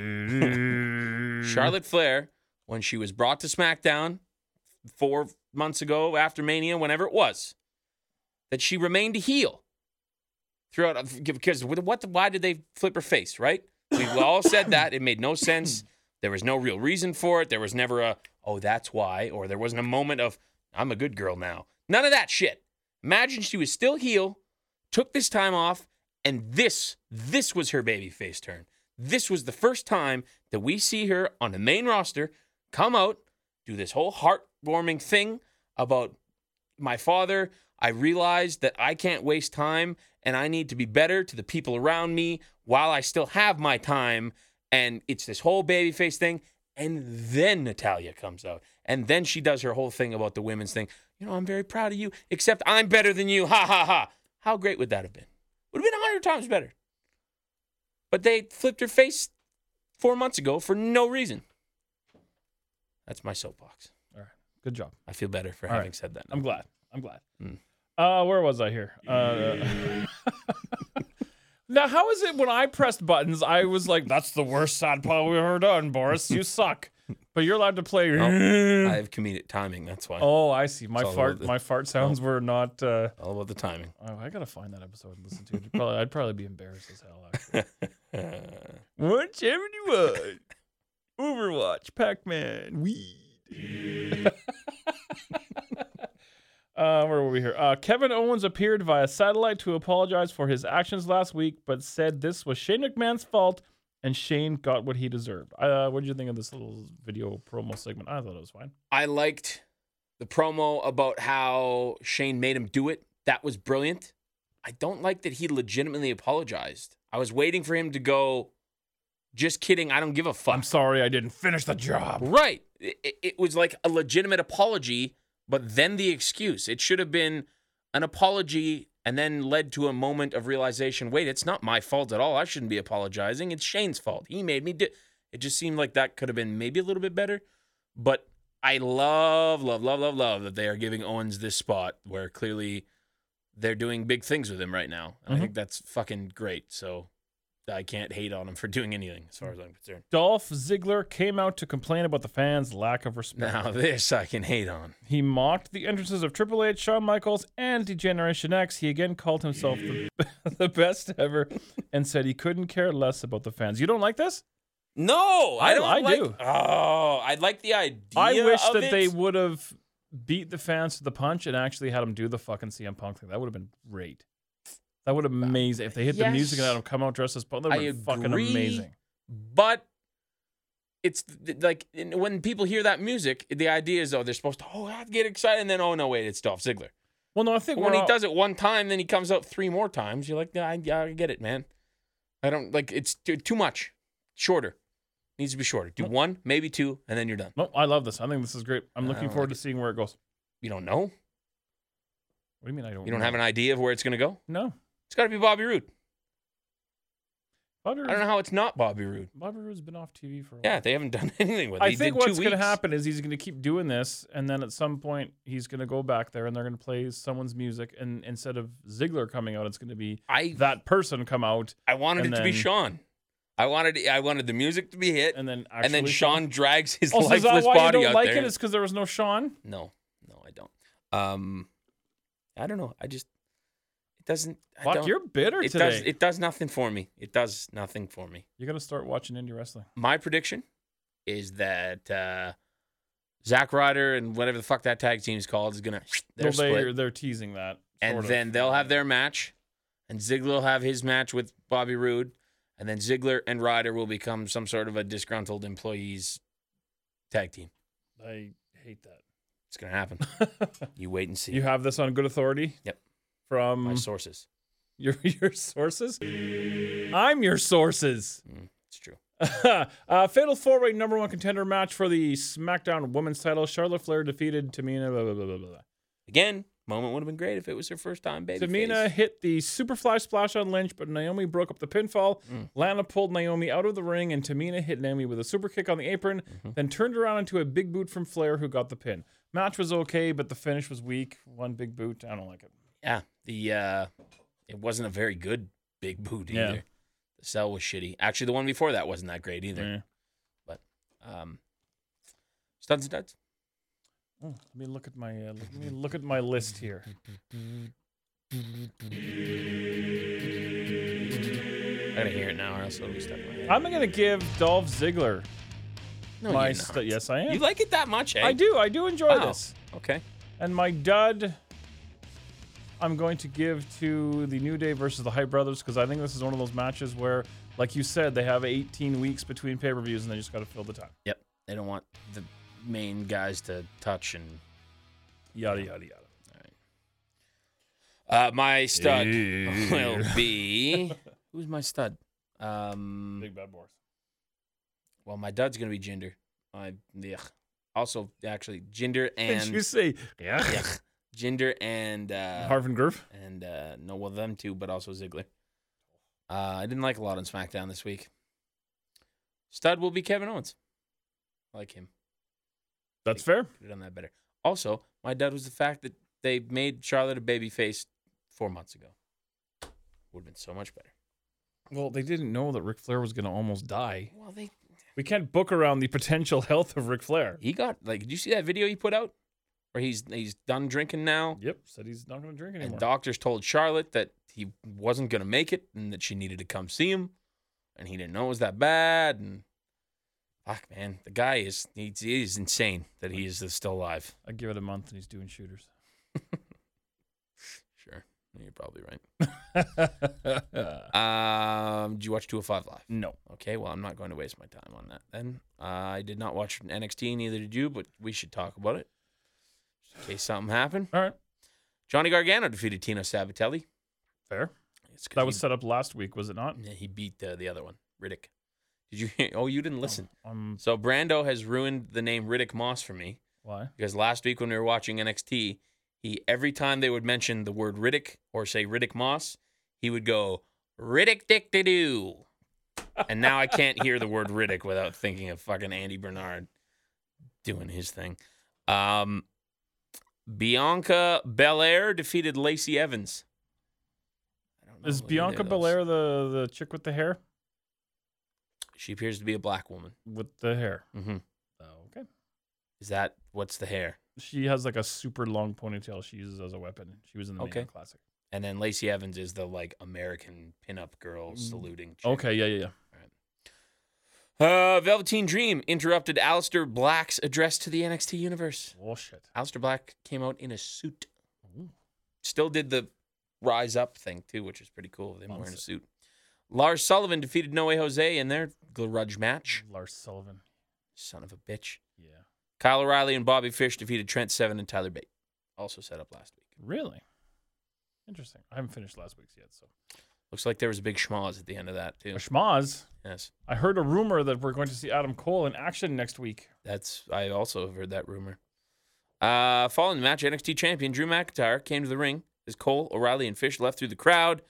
Charlotte Flair, when she was brought to SmackDown four months ago after Mania, whenever it was, that she remained a heel throughout because what, what the, why did they flip her face right? We all said that it made no sense. There was no real reason for it. There was never a oh that's why, or there wasn't a moment of I'm a good girl now. None of that shit. Imagine she was still heel, took this time off, and this, this was her babyface turn. This was the first time that we see her on the main roster come out, do this whole heartwarming thing about my father. I realized that I can't waste time and I need to be better to the people around me while I still have my time. And it's this whole babyface thing. And then Natalia comes out. And then she does her whole thing about the women's thing. you know, I'm very proud of you, except I'm better than you. Ha ha ha. How great would that have been? Would have been a hundred times better. But they flipped her face four months ago for no reason. That's my soapbox. All right. Good job. I feel better for All having right. said that. I'm glad. I'm glad. Mm. Uh, where was I here? Uh, now, how is it when I pressed buttons, I was like, that's the worst sad pod we've ever done, Boris. You suck. But you're allowed to play. No, Oh, I have comedic timing. That's why. Oh, I see. My It's all fart, about the- my fart sounds were not. Uh, All about the timing. oh, I gotta find that episode and listen to it. It'd Probably, I'd probably be embarrassed as hell. Actually. Watch everyone. Overwatch, Pac-Man, weed. uh, where were we here? Uh, Kevin Owens appeared via satellite to apologize for his actions last week, but said this was Shane McMahon's fault, and Shane got what he deserved. Uh, what did you think of this little video promo segment? I thought it was fine. I liked the promo about how Shane made him do it. That was brilliant. I don't like that he legitimately apologized. I was waiting for him to go, just kidding. I don't give a fuck. I'm sorry I didn't finish the job. Right. It, it- it was like a legitimate apology, but then the excuse. It should have been an apology and then led to a moment of realization wait, it's not my fault at all. I shouldn't be apologizing. It's Shane's fault. He made me do it. Just seemed like that could have been maybe a little bit better. But I love, love, love, love, love that they are giving Owens this spot where clearly they're doing big things with him right now. And Mhm. I think that's fucking great. So I can't hate on him for doing anything as far as I'm concerned. Dolph Ziggler came out to complain about the fans' lack of respect. Now, this I can hate on. He mocked the entrances of Triple H, Shawn Michaels, and Degeneration X. He again called himself the, the best ever and said he couldn't care less about the fans. You don't like this? No, I, I- don't I like, do. Oh, I like the idea. I wish of that it. they would have beat the fans to the punch and actually had them do the fucking CM Punk thing. That would have been great. That would have been amazing. If they hit the music and yes. had them come out dressed as Punk, that would I have been fucking agree. amazing. But it's th- like in- when people hear that music, the idea is oh, they're supposed to oh, I get excited, and then oh no, wait, it's Dolph Ziggler. Well, no, I think When we're he all- does it one time, then he comes out three more times. You're like, yeah, I, yeah, I get it, man. I don't like it's too, too much. Shorter needs to be shorter. Do one, maybe two, and then you're done. No, I love this. I think this is great. I'm I looking don't forward like to seeing where it goes. You don't know. What do you mean I don't? You don't have an idea of where it's gonna go. No. It's got to be Bobby Roode. Bobby I don't know Roode's, how it's not Bobby Roode. Bobby Roode's been off TV for a while. Yeah, they haven't done anything with it. Hmm. I He think did two what's going to weeks. happen is he's going to keep doing this, and then at some point he's going to go back there, and they're going to play someone's music, and instead of Ziggler coming out, it's going to be I that person come out, I wanted And it to be then- Sean. I wanted I wanted the music to be hit, and, and then actually then Sean drags his Also, is that lifeless why you body don't out like there. it? Is because there was no Sean. no, no, I don't. Um, I don't know. I just it doesn't. I Fuck, don't, you're bitter it today. does it does nothing for me. It does nothing for me. You're going to start watching indie wrestling. My prediction is that uh Zack Ryder and whatever the fuck that tag team is called is gonna they're Well, split, they're, they're teasing that, and sort of. then they'll have their match, and Ziggler will have his match with Bobby Roode, and then Ziggler and Ryder will become some sort of a disgruntled employees tag team. I hate that. It's gonna happen. you wait and see. you Mm-hmm. have this on good authority. Yep. From my sources. your your sources. I'm your sources. It's true. uh, fatal four way number one contender match for the SmackDown Women's title. Charlotte Flair defeated Tamina. Blah, blah, blah, blah, blah. Again, moment would have been great if it was her first time, baby. Tamina hit the Superfly splash on Lynch, but Naomi broke up the pinfall. Lana pulled Naomi out of the ring, and Tamina hit Naomi with a super kick on the apron, then turned around into a big boot from Flair, who got the pin. Match was okay, but the finish was weak. One big boot. I don't like it. yeah, the uh, it wasn't a very good big boot either. Yeah. The cell was shitty. Actually, the one before that wasn't that great either. Yeah. Mm. Um, studs and duds. Oh, let me look at my uh, let me look at my list here. I gotta hear it now, or else it'll be stuck in my head. I'm gonna give Dolph Ziggler no, my you're st- not. yes, I am. You like it that much? Eh? I do. I do enjoy Wow. this. Okay. And my dud, I'm going to give to the New Day versus the Hype Brothers because I think this is one of those matches where, like you said, they have 18 weeks between pay per views and they just got to fill the time. Yep. They don't want the main guys to touch and. Yada, yada, yada. Uh, my stud will be. Who's my stud? Um, Big bad boys. Well, my dad's gonna be Jinder. I ugh. also actually Jinder and say, yeah? Ugh. Jinder and uh, Harvin Groove. and uh, no, well, them two, but also Ziggler. Uh, I didn't like a lot on SmackDown this week. Stud will be Kevin Owens. I like him. That's fair. Could have done that better. Also, my dud was the fact that they made Charlotte a babyface four months ago. Would have been so much better. Well, they didn't know that Ric Flair was going to almost die. Well, they We can't book around the potential health of Ric Flair. he got like. Did you see that video he put out? Where he's he's done drinking now, Yep, said he's not going to drink anymore. and doctors told Charlotte that he wasn't gonna make it and that she needed to come see him, and he didn't know it was that bad. And fuck, man, the guy is he, he is insane that he is still alive. I give it a month and he's doing shooters. Sure, you're probably right. Um, did you watch 205 Live? no. Okay, well, I'm not going to waste my time on that then. Uh, I did not watch NXT, neither did you, but we should talk about it just in case something happened. All right. Johnny Gargano defeated Tino Sabatelli. Fair. It's 'cause That was he, set up last week, was it not? yeah, he beat uh, the other one, Riddick. Did you hear? Oh, you didn't listen. Um, So Brando has ruined the name Riddick Moss for me why? because last week when we were watching NXT, he every time they would mention the word Riddick or say Riddick Moss, he would go Riddick Dick to do. And now I can't hear the word Riddick without thinking of fucking Andy Bernard doing his thing. Um, Bianca Belair defeated Lacey Evans. I don't know Is who Bianca either of those- Belair the, the chick with the hair? She appears to be a black woman. With the hair. hmm okay. Is that what's the hair? She has like a super long ponytail she uses as a weapon. She was in the Okay. Mania Classic. And then Lacey Evans is the like American pinup girl saluting. chick. Mm, Okay, yeah, yeah, yeah. Uh, Velveteen Dream interrupted Alistair Black's address to the NXT universe. Bullshit. Alistair Black came out in a suit. Still did the rise up thing too, which is pretty cool. Them wearing a suit. Lars Sullivan defeated No Way Jose in their grudge match. Lars Sullivan. Son of a bitch. Yeah. Kyle O'Reilly and Bobby Fish defeated Trent Seven and Tyler Bate. Also set up last week. Really? Interesting. I haven't finished last week's yet, so. Looks like there was a big schmoz at the end of that too. Schmaz, Yes, I heard a rumor that we're going to see Adam Cole in action next week. that's I also have heard that rumor. Uh, following the match, NXT champion Drew McIntyre came to the ring as Cole, O'Reilly, and Fish left through the crowd.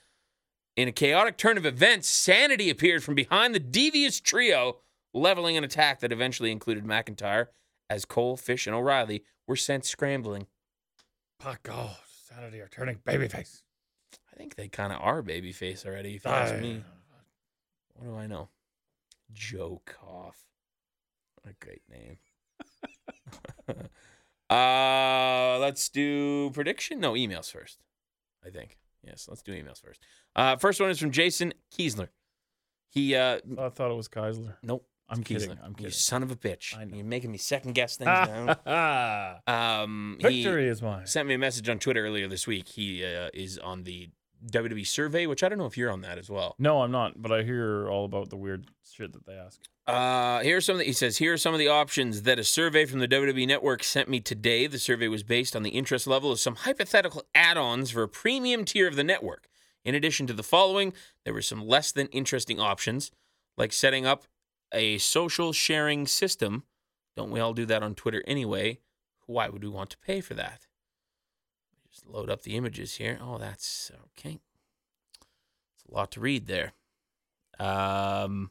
In a chaotic turn of events, Sanity appeared from behind the devious trio, leveling an attack that eventually included McIntyre as Cole, Fish, and O'Reilly were sent scrambling. Fuck off. Saturday are turning babyface. I think they kind of are babyface already, if you ask me. What do I know? Joe Koff. What a great name. uh, let's do prediction. No, emails first, I think. Yes, let's do emails first. Uh, first one is from Jason Kiesler. He, uh, I thought it was Keisler. nope. I'm it's kidding, I'm You kidding. son of a bitch. I know. You're making me second guess things now. Ah, Um, he- Victory is mine. sent me a message on Twitter earlier this week. He uh, is on the WWE survey, which I don't know if you're on that as well. No, I'm not, but I hear all about the weird shit that they ask. Uh, here are some. Of the, he says here are some of the options that a survey from the WWE Network sent me today. The survey was based on the interest level of some hypothetical add-ons for a premium tier of the network. In addition to the following, there were some less than interesting options, like setting up a social sharing system. Don't we all do that on Twitter anyway? Why would we want to pay for that? Just load up the images here. Oh, that's okay. It's a lot to read there. Um,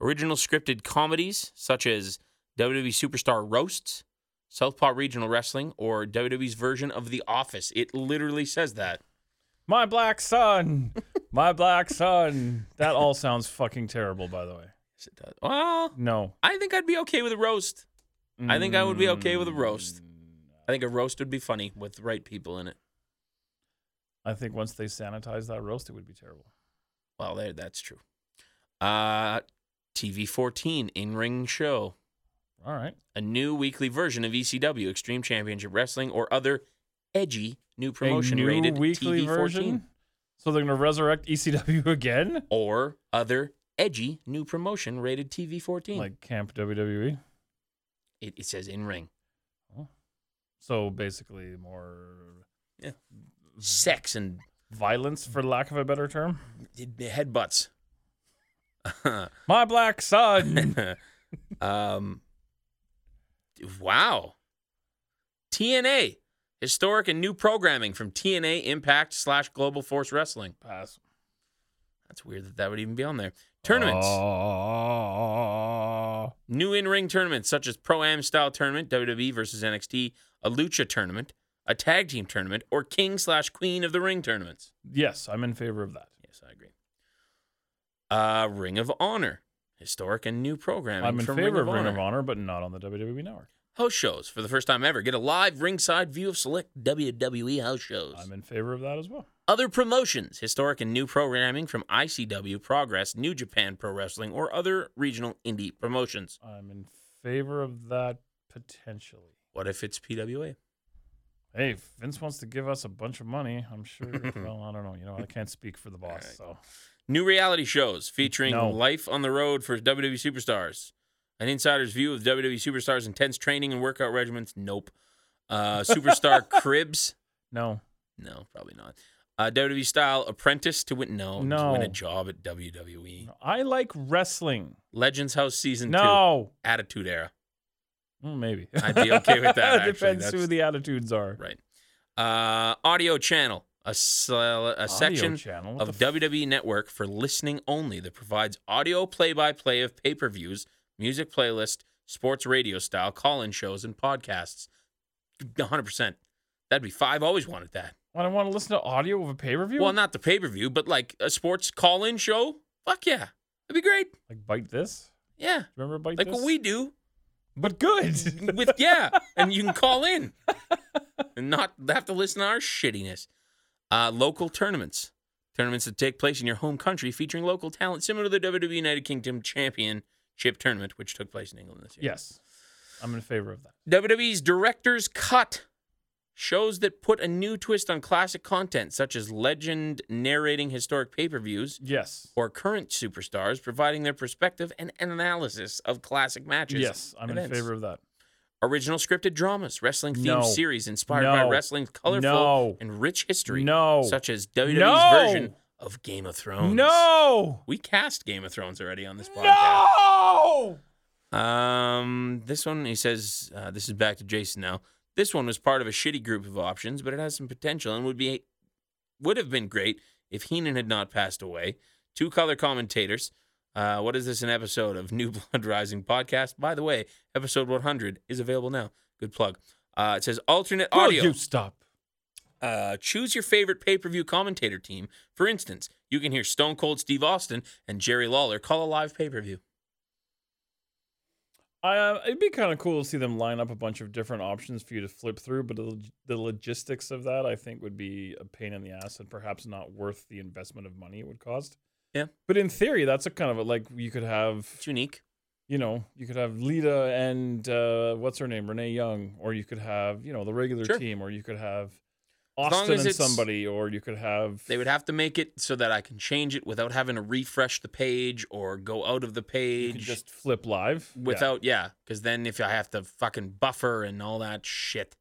original scripted comedies such as WWE Superstar Roasts, Southpaw Regional Wrestling, or WWE's version of The Office. It literally says that. My black son, my black son. That all sounds fucking terrible, by the way. Yes, it does. Well, No, I think I'd be okay with a roast. I think I would be okay with a roast. Mm, I think a roast would be funny with the right people in it. I think once they sanitize that roast, it would be terrible. Well, there, that's true. Uh, TV 14 in ring show. All right, a new weekly version of ECW, Extreme Championship Wrestling, or other edgy new promotion a new rated weekly TV version. 14, So they're gonna resurrect ECW again, or other edgy new promotion rated TV 14. like Camp E? WWE. it, it says in ring. So basically, more Sex and violence, for lack of a better term. headbutts. My black son. um, wow. TNA Historic and new programming from TNA Impact slash Global Force Wrestling. Pass. That's weird that that would even be on there. Tournaments. Oh. New in ring tournaments such as Pro Am style tournament, WWE versus NXT, a Lucha tournament, a tag team tournament, or King slash Queen of the Ring tournaments. Yes, I'm in favor of that. Yes, I agree. Uh, Ring of Honor, historic and new programming. I'm in from favor of Ring of Honor, but not on the WWE network. House shows for the first time ever. Get a live ringside view of select WWE house shows. I'm in favor of that as well. Other promotions, historic and new programming from ICW, Progress, New Japan Pro Wrestling, or other regional indie promotions. I'm in favor of that potentially. What if it's PWA? Hey, if Vince wants to give us a bunch of money. I'm sure. well, I don't know. You know, I can't speak for the boss. So New reality shows featuring No. life on the road for WWE superstars. An insider's view of WWE superstars' intense training and workout regimens. Nope. Uh, superstar cribs. no, No, probably not. Uh, WWE style apprentice to win. No, to win No. a job at WWE. I like wrestling. Legends House season two. No, Attitude era. Mm, maybe I'd be okay with that, actually. Depends who That's- the attitudes are. Right. Uh, audio channel. A, sel- a section channel? What of E the f- WWE Network for listening only that provides audio play-by-play of pay-per-views, music playlist, sports radio style, call-in shows, and podcasts. 100%. That'd be five. Always wanted that. Well, I want to listen to audio of a pay per view. Well, not the pay-per-view, but like a sports call-in show. Fuck yeah. That'd be great. like bite this. Yeah. Remember bite Like this? what we do but good. with yeah, and you can call in and not have to listen to our shittiness. Uh, local tournaments, tournaments that take place in your home country, featuring local talent, similar to the WWE United Kingdom Championship tournament, which took place in England this year. yes, I'm in favor of that. WWE's Director's Cut shows that put a new twist on classic content, such as legend narrating historic pay-per-views. Yes. Or current superstars providing their perspective and analysis of classic matches. Yes, I'm in events. favor of that. Original scripted dramas, wrestling themed No. series inspired by No. wrestling's colorful No. and rich history. No. Such as WWE's No. version of Game of Thrones. No. We cast Game of Thrones already on this podcast. No. Um, this one, he says, uh, this is back to Jason now. This one was part of a shitty group of options, but it has some potential and would be would have been great if Heenan had not passed away. Two color commentators. Uh, what is this? An episode of New Blood Rising podcast. By the way, episode 100 is available now. Good plug. Uh, it says alternate Will audio. you stop? Uh, choose your favorite pay per view commentator team. For instance, you can hear Stone Cold Steve Austin and Jerry Lawler call a live pay per view. I, uh, it'd be kind of cool to see them line up a bunch of different options for you to flip through, but the, log- the logistics of that, I think, would be a pain in the ass and perhaps not worth the investment of money it would cost. Yeah. But in theory, that's a kind of a, like you could have, It's unique. you know, you could have Lita and uh, what's her name, Renee Young, or you could have, you know, the regular Sure. team, or you could have long Austin as and it's- somebody, or you could have. They would have to make it so that I can change it without having to refresh the page or go out of the you page could just flip live Yeah. without, yeah. Because then if I have to fucking buffer and all that shit,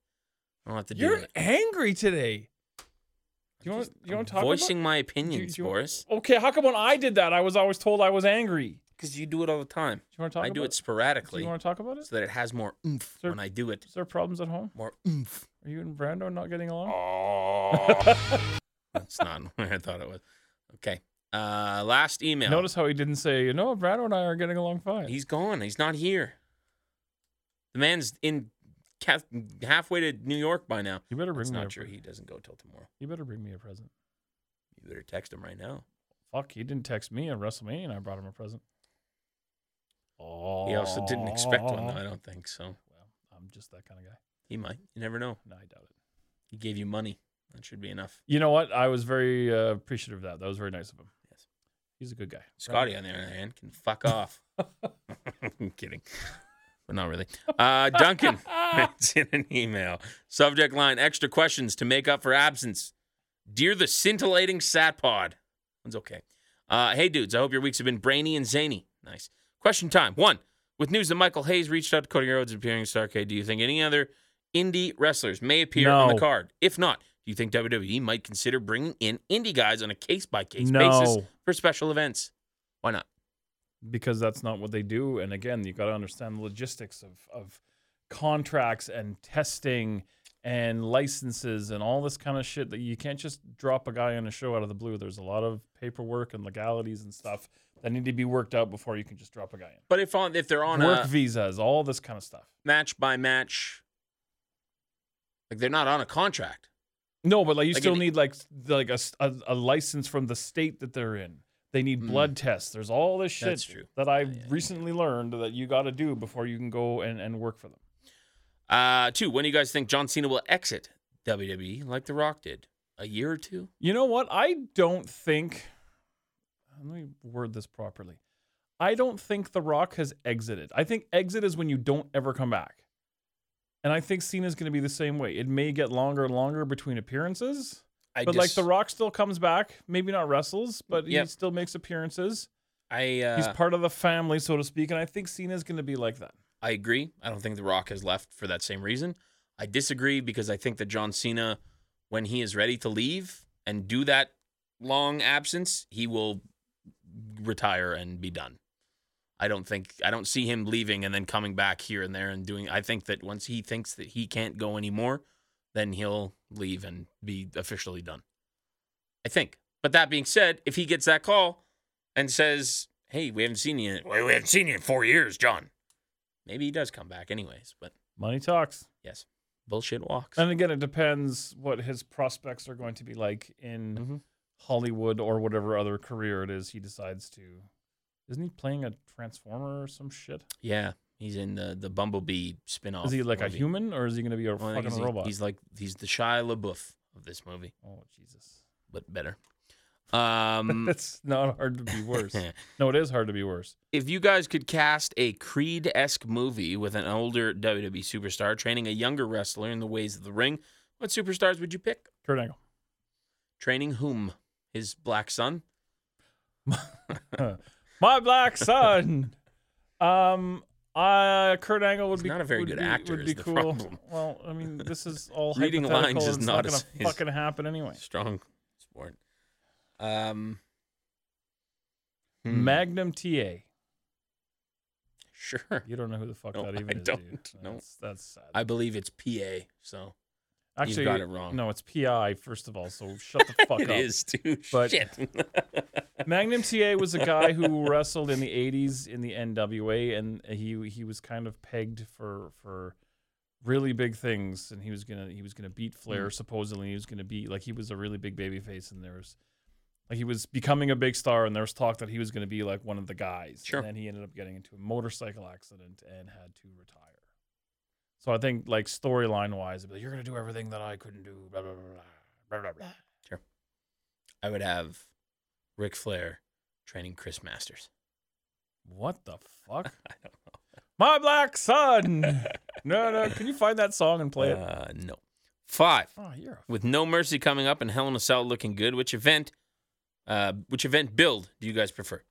I don't have to do You're it. angry today. Do you I'm want? just- You want I'm to talk voicing about? my Do you- opinions, do you- Boris? Okay, how come when I did that, I was always told I was angry? Because you do it all the time. Do you want to talk? I do about it sporadically, Do you want to talk about it? so that it has more oomph Sir- when I do it. Is there problems at home? More oomph. Are you and Brando not getting Oh, along? That's not what I thought it was. Okay. Uh, last email. Notice how he didn't say, you know, Brando and I are getting along fine. he's gone. He's not here. The man's in ca- halfway to New York by now. you better bring It's me. not a, true. He doesn't go till tomorrow. You better bring me a present. You better text him right now. Fuck, he didn't text me at WrestleMania, and I brought him a present. Oh. He also didn't expect one, though. I don't think so. Well, I'm just that kind of guy. He might. You never know. No, I doubt it. He gave you money. That should be enough. You know what? I was very uh, appreciative of that. That was very nice of him. Yes. He's a good guy. Scotty, on the other hand, can fuck off. I'm kidding. But not really. Uh, Duncan writes in an email. Subject line extra questions to make up for absence. Dear the scintillating sat pod. One's okay. Uh, hey, dudes, I hope your weeks have been brainy and zany. Nice. Question time. One. With news that Michael Hayes reached out to Cody Rhodes appearing at Starcade, do you think any other indie wrestlers may appear on the No. card? If not, do you think WWE might consider bringing in indie guys on a case by case basis No. for special events? Why not? because that's not what they do. And again, you got to understand the logistics of of contracts and testing and licenses and all this kind of shit that you can't just drop a guy on a show out of the blue. There's a lot of paperwork and legalities and stuff that need to be worked out before you can just drop a guy in. But if on if they're on Work a visas, all this kind of stuff. match by match, like they're not on a contract. No, but like you Like still an- need like s- like a, s- a- a license from the state that they're in. They need blood tests. There's all this shit Mm. That's true. that I recently learned that you got to do before you can go and, and work for them. Uh, two. When do you guys think John Cena will exit WWE like The Rock did? A year or two? You know what? I don't think. Let me word this properly. I don't think The Rock has exited. I think exit is when you don't ever come back. And I think Cena's going to be the same way. It may get longer and longer between appearances, I but like dis- The Rock still comes back. Maybe not wrestles, but he Yep. still makes appearances. I uh, He's part of the family, so to speak. And I think Cena's going to be like that. I agree. I don't think The Rock has left for that same reason. I disagree because I think that John Cena, when he is ready to leave and do that long absence, he will retire and be done. I don't think I don't see him leaving and then coming back here and there and doing. I think that once he thinks that he can't go anymore, then he'll leave and be officially done. I think. But that being said, if he gets that call and says, "Hey, we haven't seen you. We haven't seen you in four years, John," maybe he does come back anyways. But Money talks. yes, bullshit walks. And again, it depends what his prospects are going to be like in Mhm. Hollywood or whatever other career it is he decides to. Isn't he playing a transformer or some shit? yeah, he's in the the Bumblebee spinoff. is he like movie. a human or is he going to be a Well, I think fucking he's, robot? He's like he's the Shia LaBeouf of this movie, oh Jesus! but better. Um, It's not hard to be worse. no, it is hard to be worse. if you guys could cast a Creed esque movie with an older WWE superstar training a younger wrestler in the ways of the ring, what superstars would you pick? Kurt Angle. Training whom? His black son? My black son. um, uh, Kurt Angle would He's be not a very would good be- actor Would is be the cool. problem. Well, I mean, this is all Reading hypothetical lines is and it's not gonna his- his- fucking happen anyway. Strong sport. Um, hmm, Magnum TA. Sure. You don't know who the fuck No, that even I is. do you? don't. No. That's, that's sad. I believe it's PA, so Actually, got it wrong. No, it's PI first of all. So shut the fuck it up. is too. But- Shit. Magnum TA was a guy who wrestled in the '80s in the NWA, and he he was kind of pegged for for really big things, and he was gonna he was gonna beat Flair supposedly. He was gonna be like he was a really big baby face, and there was like he was becoming a big star, and there was talk that he was gonna be like one of the guys. Sure. And then he ended up getting into a motorcycle accident and had to retire. So I think like storyline wise, it'd be like, you're gonna do everything that I couldn't do. Blah blah blah blah blah blah. blah. I would have Ric Flair training Chris Masters. What the fuck? My black son. no, no. Can you find that song and play it? Uh, no. Five. Oh, you're a With No Mercy coming up and Hell in a Cell looking good, which event, uh, which event build do you guys prefer?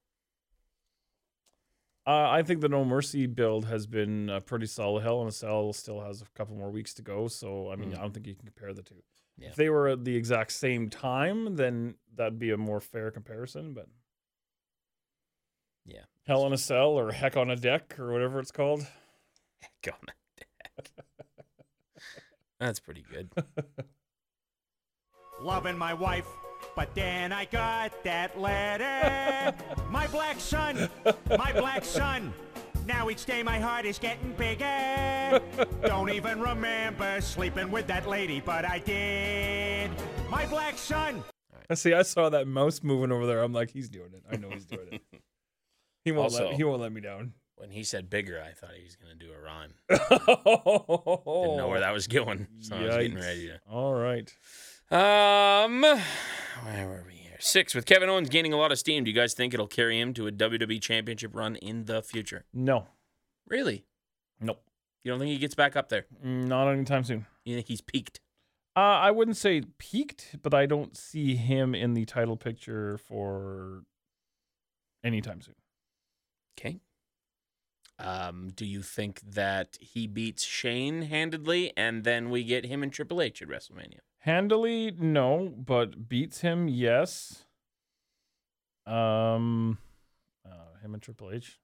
Uh, I think the No Mercy build has been uh, pretty solid. Hell in a Cell still has a couple more weeks to go, so I mean, I don't think you can compare the two. Yeah. If they were at the exact same time, then that'd be a more fair comparison. But Yeah. Hell in a Cell or Heck on a Deck or whatever it's called. Heck on a deck. That's pretty good. loving my wife. But then I got that letter. my black son, my black son. Now each day my heart is getting bigger. Don't even remember sleeping with that lady, but I did. My black son. I see. I saw that mouse moving over there. I'm like, he's doing it. I know he's doing it. He won't Also- let he won't let me down. When he said bigger, I thought he was gonna do a rhyme. Didn't Didn't know where that was going, so I was getting ready to. All right. Um, where were we here? Six. With Kevin Owens gaining a lot of steam, do you guys think it'll carry him to a WWE Championship run in the future? No. Really? Nope. You don't think he gets back up there? Not anytime soon. You think he's peaked? Uh, I wouldn't say peaked, but I don't see him in the title picture for anytime soon. Okay. Um, do you think that he beats Shane handedly and then we get him and Triple H at WrestleMania? Handily, no, but beats him, yes. Um, uh, him and Triple H.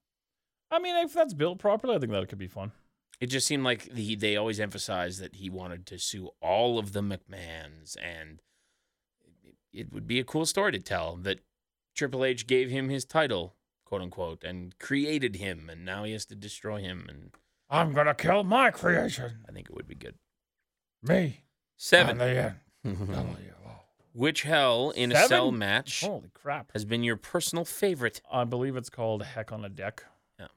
I mean, if that's built properly, I think that could be fun. It just seemed like the, they always emphasized that he wanted to sue all of the McMahons, and it would be a cool story to tell that Triple H gave him his title, quote unquote, and created him, and now he has to destroy him. And I'm gonna kill my creation. I think it would be good. Me. Seven. And the end. Oh, yeah. Which Hell in a Seven? Oh. Cell match Holy crap. has been your personal favorite? I believe it's called Heck on a Deck. Yeah.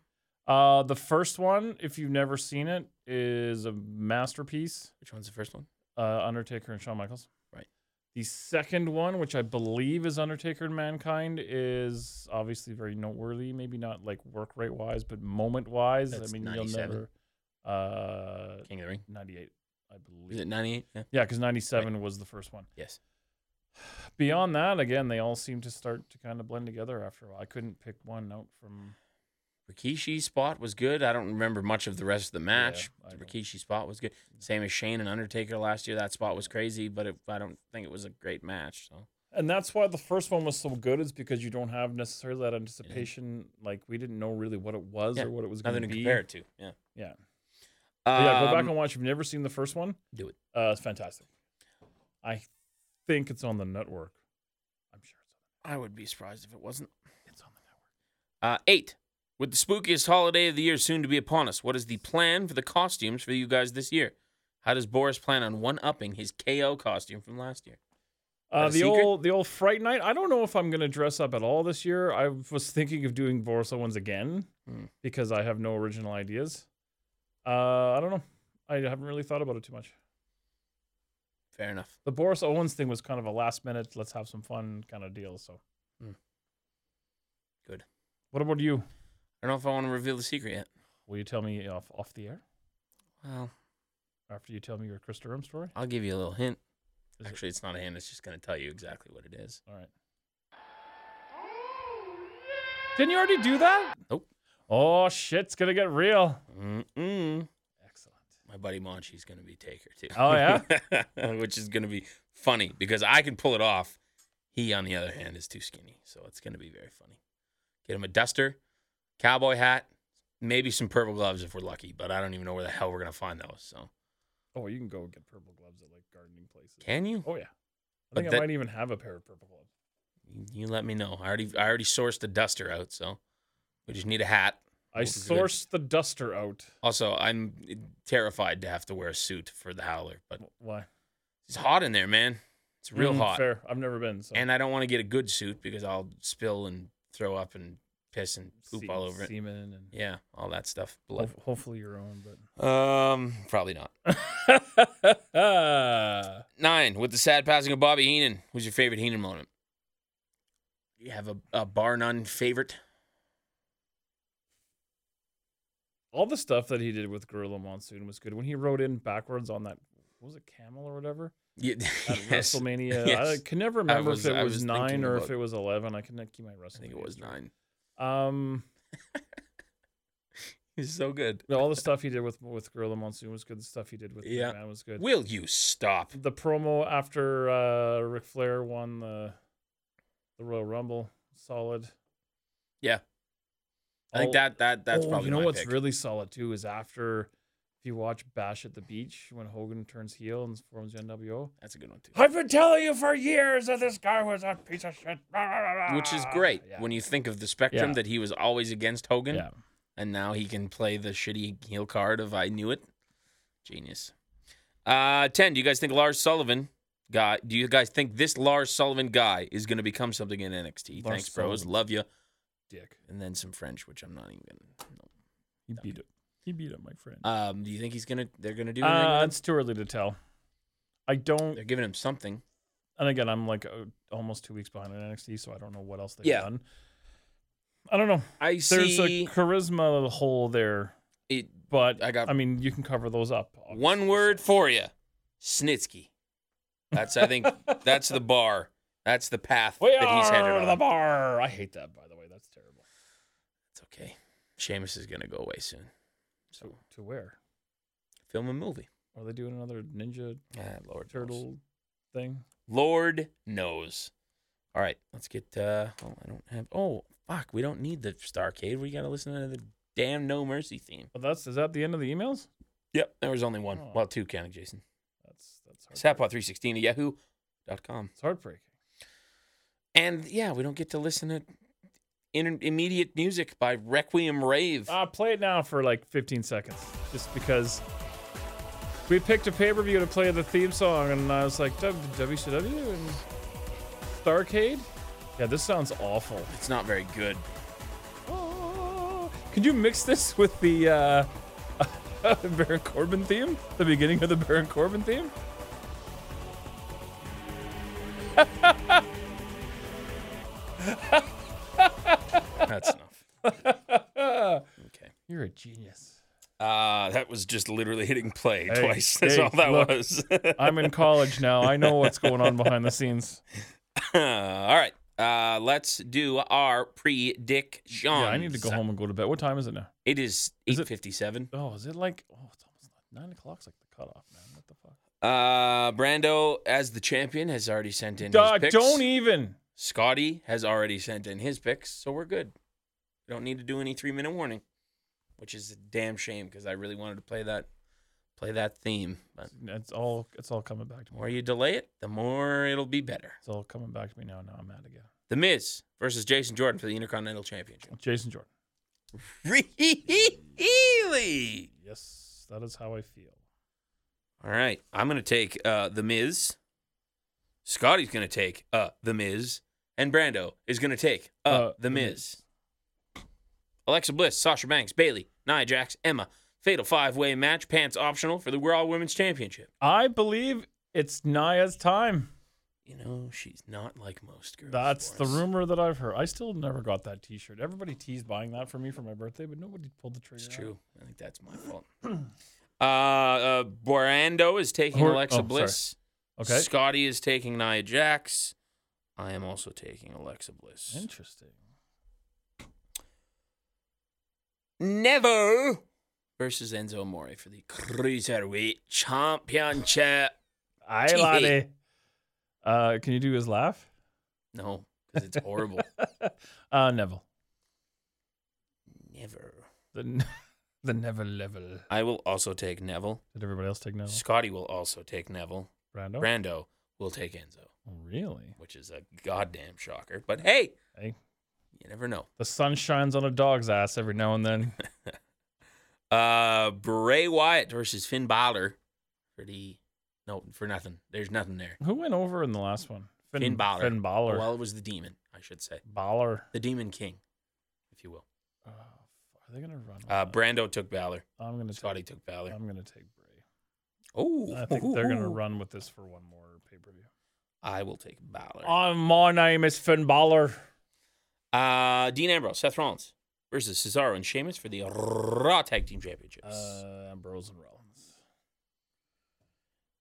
Uh, the first one, if you've never seen it, is a masterpiece. Which one's the first one? Uh, Undertaker and Shawn Michaels. Right. The second one, which I believe is Undertaker and Mankind, is obviously very noteworthy. Maybe not like work rate wise, but moment wise. I That's mean, 97. you'll never. Uh, King of the Ring. ninety-eight, I believe. Is it 98? Yeah. yeah, because ninety-seven was the first one. Yes. Beyond that, again, they all seem to start to kind of blend together after a while. I couldn't pick one out from. Rikishi's spot was good. I don't remember much of the rest of the match. I The don't. Rikishi spot was good. Same as Shane and Undertaker last year. That spot was crazy, but it, I don't think it was a great match. So And that's why the first one was so good, is because you don't have necessarily that anticipation. Like, we didn't know really what it was Yeah, or what it was going nothing to to be. compare it to. Yeah. Yeah. But yeah, go back Um, and watch. If you've never seen the first one, do it. uh, it's fantastic. I think it's on the network. I'm sure I would be surprised if it wasn't. it's on, it's on the network. Uh, eight. With the spookiest holiday of the year soon to be upon us, what is the plan for the costumes for you guys this year? How does Boris plan on one upping his KO costume from last year? a Uh, the secret? old the old Fright Night. I don't know if I'm gonna dress up at all this year. I was thinking of doing Boris Owens again Hmm. because I have no original ideas. Uh, I don't know. I haven't really thought about it too much. Fair enough. The Boris Owens thing was kind of a last minute, let's have some fun kind of deal. So, Hmm. Good. What about you? I don't know if I want to reveal the secret yet. Will you tell me off off the air Well, after you tell me your Chris Durham story? I'll give you a little hint. Is it- Actually, it's not a hint. It's just going to tell you exactly what it is. All right. Didn't you already do that? Nope. Oh shit's gonna get real. Mm-mm. Excellent. My buddy Monchi's going to be Taker too. Oh, yeah, which is going to be funny because I can pull it off. He, on the other hand, is too skinny, so it's going to be very funny. Get him a duster, cowboy hat, maybe some purple gloves if we're lucky. But I don't even know where the hell we're going to find those. So Oh, you can go get purple gloves at like gardening places. can you? Oh yeah. I But think that- I might even have a pair of purple gloves. You let me know. I already, I already sourced the duster out, so we just need a hat. I We'll be good. sourced the duster out. Also, I'm terrified to have to wear a suit for the howler, but Why? it's hot in there, man. It's real Mm, hot. Fair. I've never been. So And I don't want to get a good suit because I'll spill and throw up and piss and poop Se- all over it. Semen and Yeah, all that stuff. ho- Blood. hopefully your own, but Um, probably not. Nine with the sad passing of Bobby Heenan. Who's your favorite Heenan moment? You have a, a bar none favorite. all the stuff that he did with Gorilla Monsoon was good. When he rode in backwards on that, what was it camel or whatever Yeah, at yes. WrestleMania? I Yes. can never remember was- if it I was, was thinking nine or if about- it was eleven. I cannot keep my WrestleMania. I think it was nine. Um, He's so good. no, all the stuff he did with with Gorilla Monsoon was good. The stuff he did with Yeah. McMahon was good. Will you stop? the promo after uh, Ric Flair won the the Royal Rumble, solid. Yeah. I think All- that that that's oh, probably you know my what's pick. really solid too is after if you watch Bash at the Beach when Hogan turns heel and forms the NWO. That's a good one too. I've been telling you for years that this guy was a piece of shit. Rah, rah, rah, rah. Which is great Ah, Yeah. when you think of the spectrum Yeah. that he was always against Hogan. yeah. and now he can play the shitty heel card of I knew it. Genius. Uh, ten. Do you guys think Lars Sullivan guy? Do you guys think this Lars Sullivan guy is going to become something in NXT? Lars Thanks, bros. Sullivan. Love you. Dick. And then some French, which I'm not even. No. He beat it. He beat up my friend. Um, do you think he's gonna? They're gonna do anything? with Uh, him? it's too early to tell. I don't. They're giving him something. and again, I'm like uh, almost two weeks behind in NXT, so I don't know what else they've Yeah. done. I don't know. I There's see. a charisma hole there, it, but I I got- got. I mean, you can cover those up. obviously, one so- word for you: Snitsky. That's I think that's the bar. That's the path We that he's headed are on. the bar. I hate that. By the way, that's terrible. It's okay. Seamus is gonna go away soon. So To where film a movie. are they doing another ninja Ah, Lord knows. turtle thing? Lord knows. All right, let's get. uh Oh, I don't have. Oh, fuck. We don't need the Starcade. We gotta listen to the damn no mercy theme. Oh. Well, that's is that the end of the emails? Yep, there was only one. Well, two counting Jason. That's that's heart- Sapot316 at yahoo.com. it's heartbreaking. And yeah, we don't get to listen to in- immediate music by Requiem Rave. Uh, play it now for like 15 seconds, just because we picked a pay-per-view to play the theme song, and I was like, "Doug, WCW and Starcade. Yeah, this sounds awful. it's not very good. Oh. Could you mix this with the uh, Baron Corbin theme? The beginning of the Baron Corbin theme? That's enough. okay. You're a genius. Uh, that was just literally hitting play Hey, twice. That's hey, all that look. was. I'm in college now. I know what's going on behind the scenes. all right. Uh, let's do our prediction. Yeah, I need to go home and go to bed. What time is it now? It is Is it- 8.57. Oh, is it like oh, it's almost like nine o'clock's like the cutoff, man. What the fuck? Uh, Brando, as the champion, has already sent in his Dog, picks. don't even. Scotty has already sent in his picks, so we're good. We don't need to do any three minute warning, which is a damn shame because I really wanted to play that play that theme. But It's all it's all coming back to the me. more you delay it, the more it'll be better. It's all coming back to me now. Now I'm mad again. The Miz versus Jason Jordan for the Intercontinental Championship. Jason Jordan. Really? Yes, that is how I feel. All right, I'm gonna take uh, the Miz. Scotty's gonna take uh, the Miz, and Brando is gonna take uh, Uh, the The Miz. Miz. Alexa Bliss, Sasha Banks, Bailey, Nia Jax, Emma. Fatal five way match, pants optional for the Raw Women's Championship. I believe it's Naya's time. You know she's not like most girls. That's the Lawrence. rumor that I've heard. I still never got that T-shirt. Everybody teased buying that for me for my birthday, but nobody pulled the trigger. It's on it. true. I think that's my fault. Uh, uh Brando is taking Hor- Alexa oh, sorry. Bliss. Okay. Scotty is taking Nia Jax. I am also taking Alexa Bliss. Interesting. Never versus Enzo Amore for the Cruiserweight Championship. Aye, Tee-hee. laddie. Uh, can you do his laugh? No, because it's horrible. Uh, Neville. Never. The, n- the Neville level. I will also take Neville. Did everybody else take Neville? Scotty will also take Neville. Brando? Brando will take Enzo, Oh, really? which is a goddamn shocker. But hey, Hey, you never know. the sun shines on a dog's ass every now and then. Uh, Bray Wyatt versus Finn Balor for the no for nothing. There's nothing there. Who went over in the last one? Finn, Balor. Finn Balor. Well, it was the demon, I should say, Balor. the Demon King, if you will. Oh, f- are they gonna Uh, run? with that? Brando took Balor. I'm gonna Scotty Take, took Balor. I'm gonna take Bray. Oh, I think they're gonna run with this for one more pay per view. I will take Balor. Uh, my name is Finn Balor. Uh, Dean Ambrose, Seth Rollins versus Cesaro and Sheamus for the Raw Tag Team Championships. Uh, Ambrose and Rollins.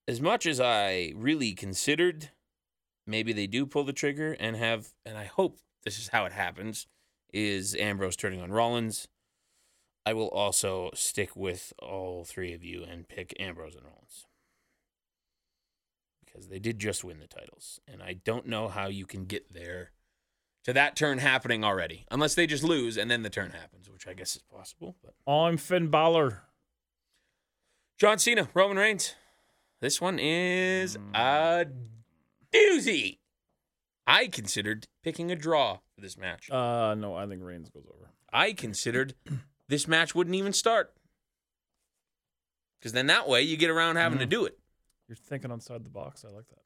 as much as I really considered, maybe they do pull the trigger and have, and I hope this is how it happens, is Ambrose turning on Rollins. I will also stick with all three of you and pick Ambrose and Rollins. Because they did just win the titles. And I don't know how you can get there to that turn happening already. Unless they just lose and then the turn happens, which I guess is possible. But I'm Finn Balor. John Cena, Roman Reigns. This one is a doozy. I considered picking a draw for this match. Uh, no, I think Reigns goes over. I considered this match wouldn't even start. Because then that way you get around having Mm. to do it. You're thinking outside the box. I like that.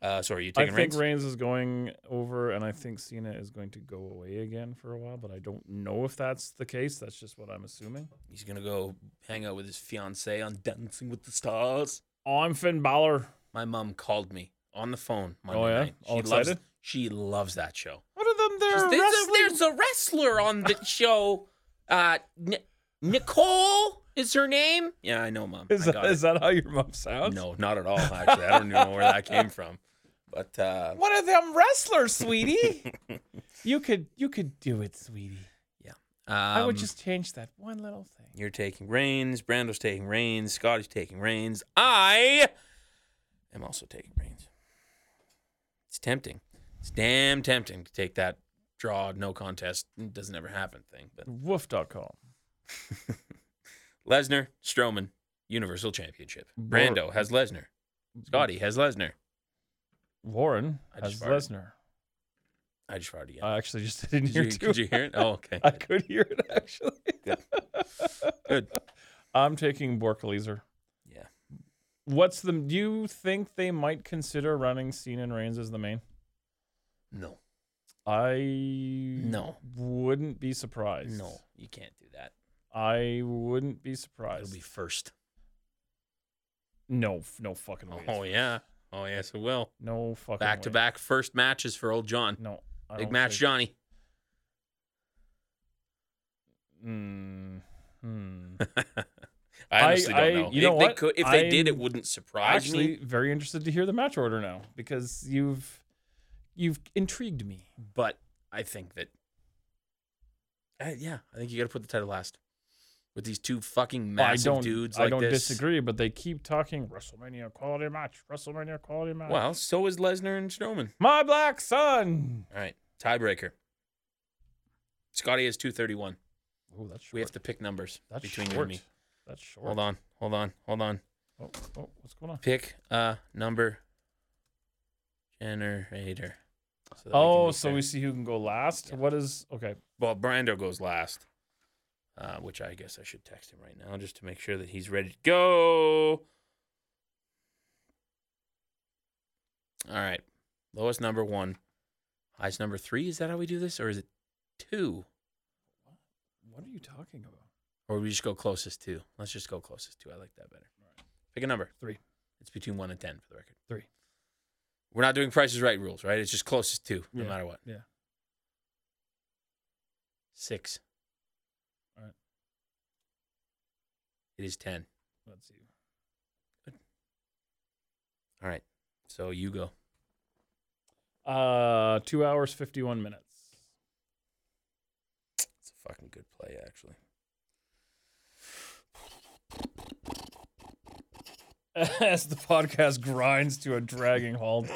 Uh, sorry, you I taking think Reigns? Reigns? is going over, and I think Cena is going to go away again for a while. But I don't know if that's the case. That's just what I'm assuming. He's going to go hang out with his fiancee on Dancing with the Stars. I'm Finn Balor. My mom called me on the phone Monday Oh, yeah? night. All loves, excited? she loves that show. What are them there? There's, there's a, there's a wrestler on the show. Uh, N- Nicole is her name. Yeah, I know, mom. Is I that, got is that how your mom sounds? it. No, not at all. Actually, I don't even know where that came from. But uh, One of them wrestlers, sweetie. you could you could do it, sweetie. I um, would just change that one little thing. You're taking Reigns. Brando's taking Reigns. Scotty's taking Reigns. I am also taking Reigns. It's tempting. It's damn tempting to take that draw, no contest, doesn't ever happen thing. But Woof.com. Lesnar, Strowman, Universal Championship. Bor- Brando has Lesnar. Scotty has Lesnar. Warren I has just Lesnar. I just farted again. I actually just didn't Did hear you- too. could you hear it? Oh, okay. I could hear it actually. Good. I'm taking Borkleaser. Yeah. What's the? Do you think they might consider running Cena and Reigns as the main? No. I No. wouldn't be surprised. No. You can't do that. I wouldn't be It'll surprised. be first. no, f- no fucking way. Oh yeah. Oh yes, it will. No fucking Back to way. back first matches for old John. No, I Big don't match, think- Johnny. Mm, hmm. I honestly I- don't know. you They- know they what? could- if they did, it I'm wouldn't surprise Actually, me. very interested to hear the match order now because you've you've intrigued me. But I think that, Uh, yeah, I think you got to put the title last with these two fucking Well, I massive don't, dudes I like don't this. disagree, but they keep talking WrestleMania quality match, WrestleMania quality match. Well, so is Lesnar and Strowman. my black son. All right, tiebreaker. Scotty is two thirty one. Oh, that's short. We have to pick numbers that's between short. you and me. That's short. Hold on, hold on, hold on. Oh, oh, what's going on? Pick a number generator. so that we can Oh, make so we sense. see who can go last. What is okay? Well, Brando goes last, uh, which I guess I should text him right now just to make sure that he's ready to go. All right. Lowest number one, highest number three. Is that how we do this? Or is it two? What are you talking about? Or we just go closest to? Let's just go closest to. I like that better. Pick a number. Three. It's between one and 10 for the record. Three. We're not doing prices right rules, right? It's just closest to, no Yeah, matter what. yeah. Six. All right. It is 10. Let's see. All right. So you go. Uh, two hours fifty-one minutes. It's a fucking good play, actually. As the podcast grinds to a dragging halt.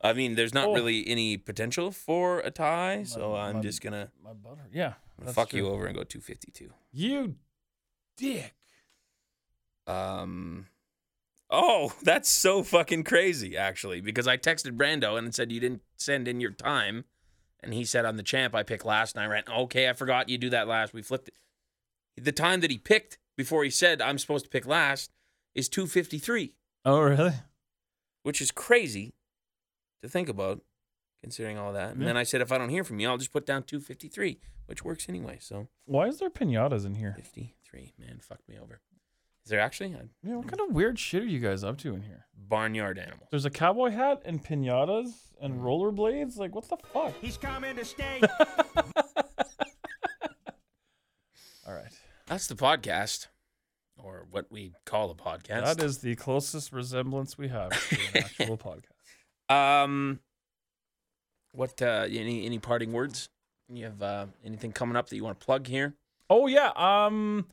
I mean, there's not Oh. really any potential for a tie, so My- I'm my- just gonna My butter. Yeah. that's fuck true. you over and go 252. You dick. Um, oh, that's so fucking crazy, actually, because I texted Brando and said you didn't send in your time, and he said I'm the champ. I picked last, and I ran. Okay, I forgot you do that last. We flipped it. The time that he picked before he said I'm supposed to pick last is 253. Oh, really? which is crazy to think about considering all that. And then I said, if I don't hear from you, I'll just put down 253, which works anyway. So Why is there pinatas in here? 53, man, fucked me over. Is there actually a Yeah, what kind of weird shit are you guys up to in here? barnyard animal? There's a cowboy hat and pinatas and rollerblades. Like, what the fuck? He's coming to stay. All right. That's the podcast, or what we call a podcast. That is the closest resemblance we have to an actual podcast. Um, what? Uh, any any parting words? You have uh, anything coming up that you want to plug here? Oh yeah. Um,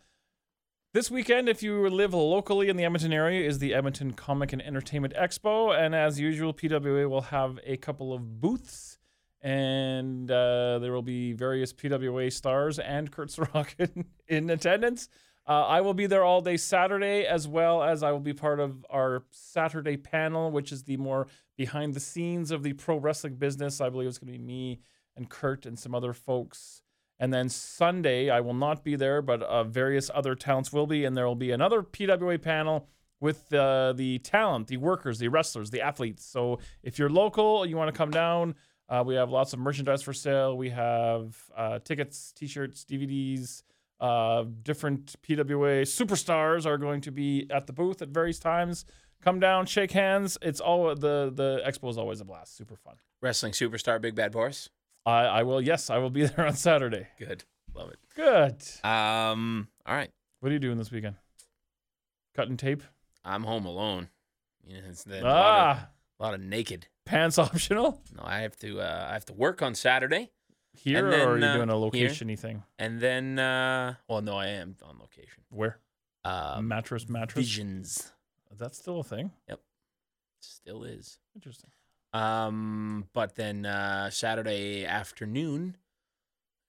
this weekend, if you live locally in the Edmonton area, is the Edmonton Comic and Entertainment Expo, and as usual, PWA will have a couple of booths, and uh, there will be various PWA stars and Kurt Sorokin in attendance. Uh, I will be there all day Saturday, as well as I will be part of our Saturday panel, which is the more behind the scenes of the pro wrestling business. I believe it's going to be me and Kurt and some other folks. And then Sunday, I will not be there, but uh, various other talents will be. And there will be another PWA panel with uh, the talent, the workers, the wrestlers, the athletes. So if you're local, you want to come down, uh, we have lots of merchandise for sale. We have uh, tickets, t shirts, DVDs. Uh, different PWA superstars are going to be at the booth at various times. Come down, shake hands. It's all the the expo is always a blast, super fun. Wrestling superstar Big Bad Boris. I, I will, yes, I will be there on Saturday. Good, love it. Good. Um, all right. What are you doing this weekend? Cutting tape? I'm home alone. You know, it's the, a, lot of, ah, a lot of naked. pants optional? No, I have to. Uh, I have to work on Saturday, Here And then, or are you uh, doing a here. location y thing? and then. Uh, well, no, I am on location. Where? Uh, Um, mattress, mattress. Visions That's still a thing. still is. Interesting. Um, but then uh, Saturday afternoon,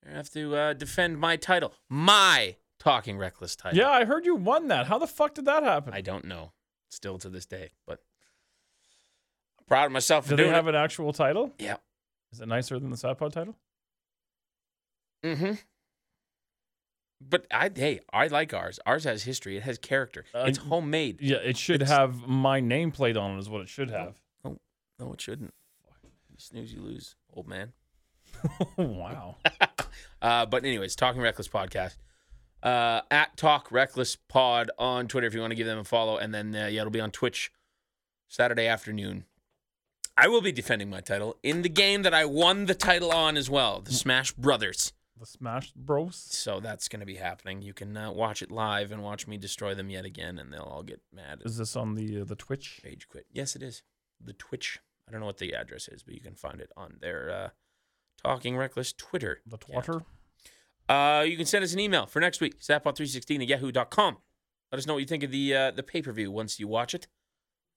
I have to uh, defend my title, my talking reckless title. Yeah, I heard you won that. How the fuck did that happen? I don't know, still to this day, but I'm proud of myself for Do they doing have it. an actual title? Yeah. Is it nicer than the Sapod title? Mm-hmm. But I hey, I like ours. Ours has history. It has character. Uh, it's homemade. Yeah, it should have my name played on it. Is what it should have. No, it shouldn't. You snooze, you lose, old man. wow. Uh, but anyways, Talking Reckless podcast. Uh, at Talk Reckless Pod on Twitter if you want to give them a follow, and then uh, yeah, it'll be on Twitch Saturday afternoon. I will be defending my title in the game that I won the title on as well, the Smash Brothers. the Smash Bros. So that's going to be happening. You can uh, watch it live and watch me destroy them yet again, and they'll all get mad. and Is this on the uh, the Twitch? Page quit. Yes, it is. The Twitch. I don't know what the address is, but you can find it on their uh, Talking Reckless Twitter. The account. Twatter? Uh, you can send us an email for next week, zappod316 at yahoo.com. Let us know what you think of the uh, the pay per view once you watch it,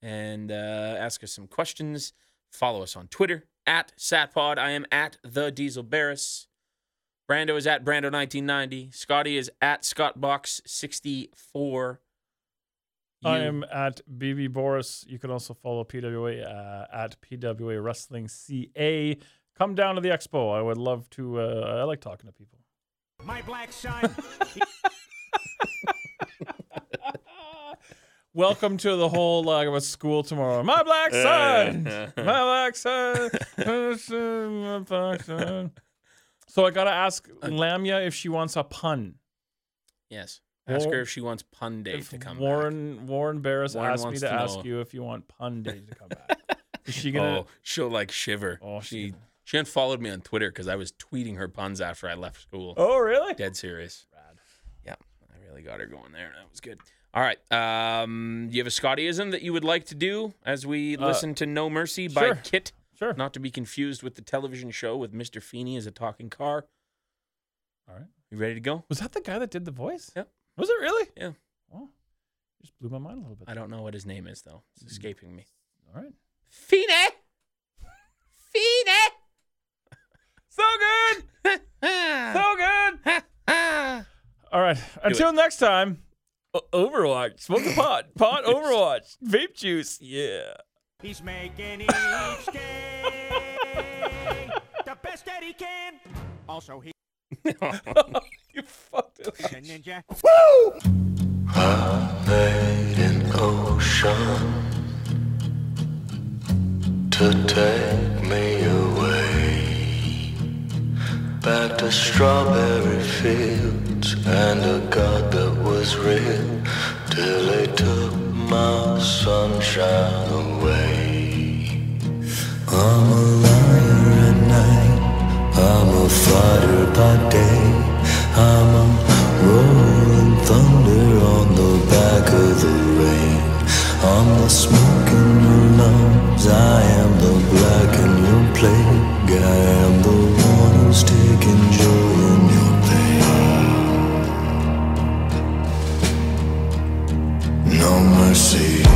and uh, ask us some questions. Follow us on Twitter at satpod. I am at the Diesel Barris. Brando is at Brando1990. Scotty is at ScottBox64. I You- am at BB Boris. You can also follow PWA uh, at PWA Wrestling CA. Come down to the expo. I would love to. Uh, I like talking to people. My black son. Welcome to the whole like of a school tomorrow. My black son, my black son, my black son. So I gotta ask Uh, Lamia if she wants a pun. Yes. Ask her Warren- if she wants pun day If to come. back. Warren Warren Barris Warren asked me wants to, to ask know. you if you want pun day to come back. Is she gonna? Oh, she'll like shiver. Oh, she she- she unfollowed me on Twitter because I was tweeting her puns after I left school. Oh, really? Dead serious. Yeah, I really got her going there. That was good. All right. Um, do you have a Scottyism that you would like to do as we listen to No Mercy by Uh, sure. Kit? Sure. Not to be confused with the television show with Mr. Feeney as a talking car. All right. You ready to go? Was that the guy that did the voice? Yep. Was it really? Yeah. Oh, just blew my mind a little bit. I don't know what his name is though. Mm. It's escaping me. All right. Feeney. Feeney. So good. So Uh, good. All right. Until next time. O- Overwatch. Smoke the pot. Pot Overwatch. Vape juice. Yeah. He's making each day the best that he can. Also, he's You fucked it. a ninja. made an ocean to take me away back to strawberry fields and a god that was real till they took my sunshine away. I'm a liar at night. I'm a fighter by day. I'm a rolling thunder on the back of the rain. I'm the smoke in your lungs. I am the black in your plague. I am the one who's taking joy in your pain. No mercy.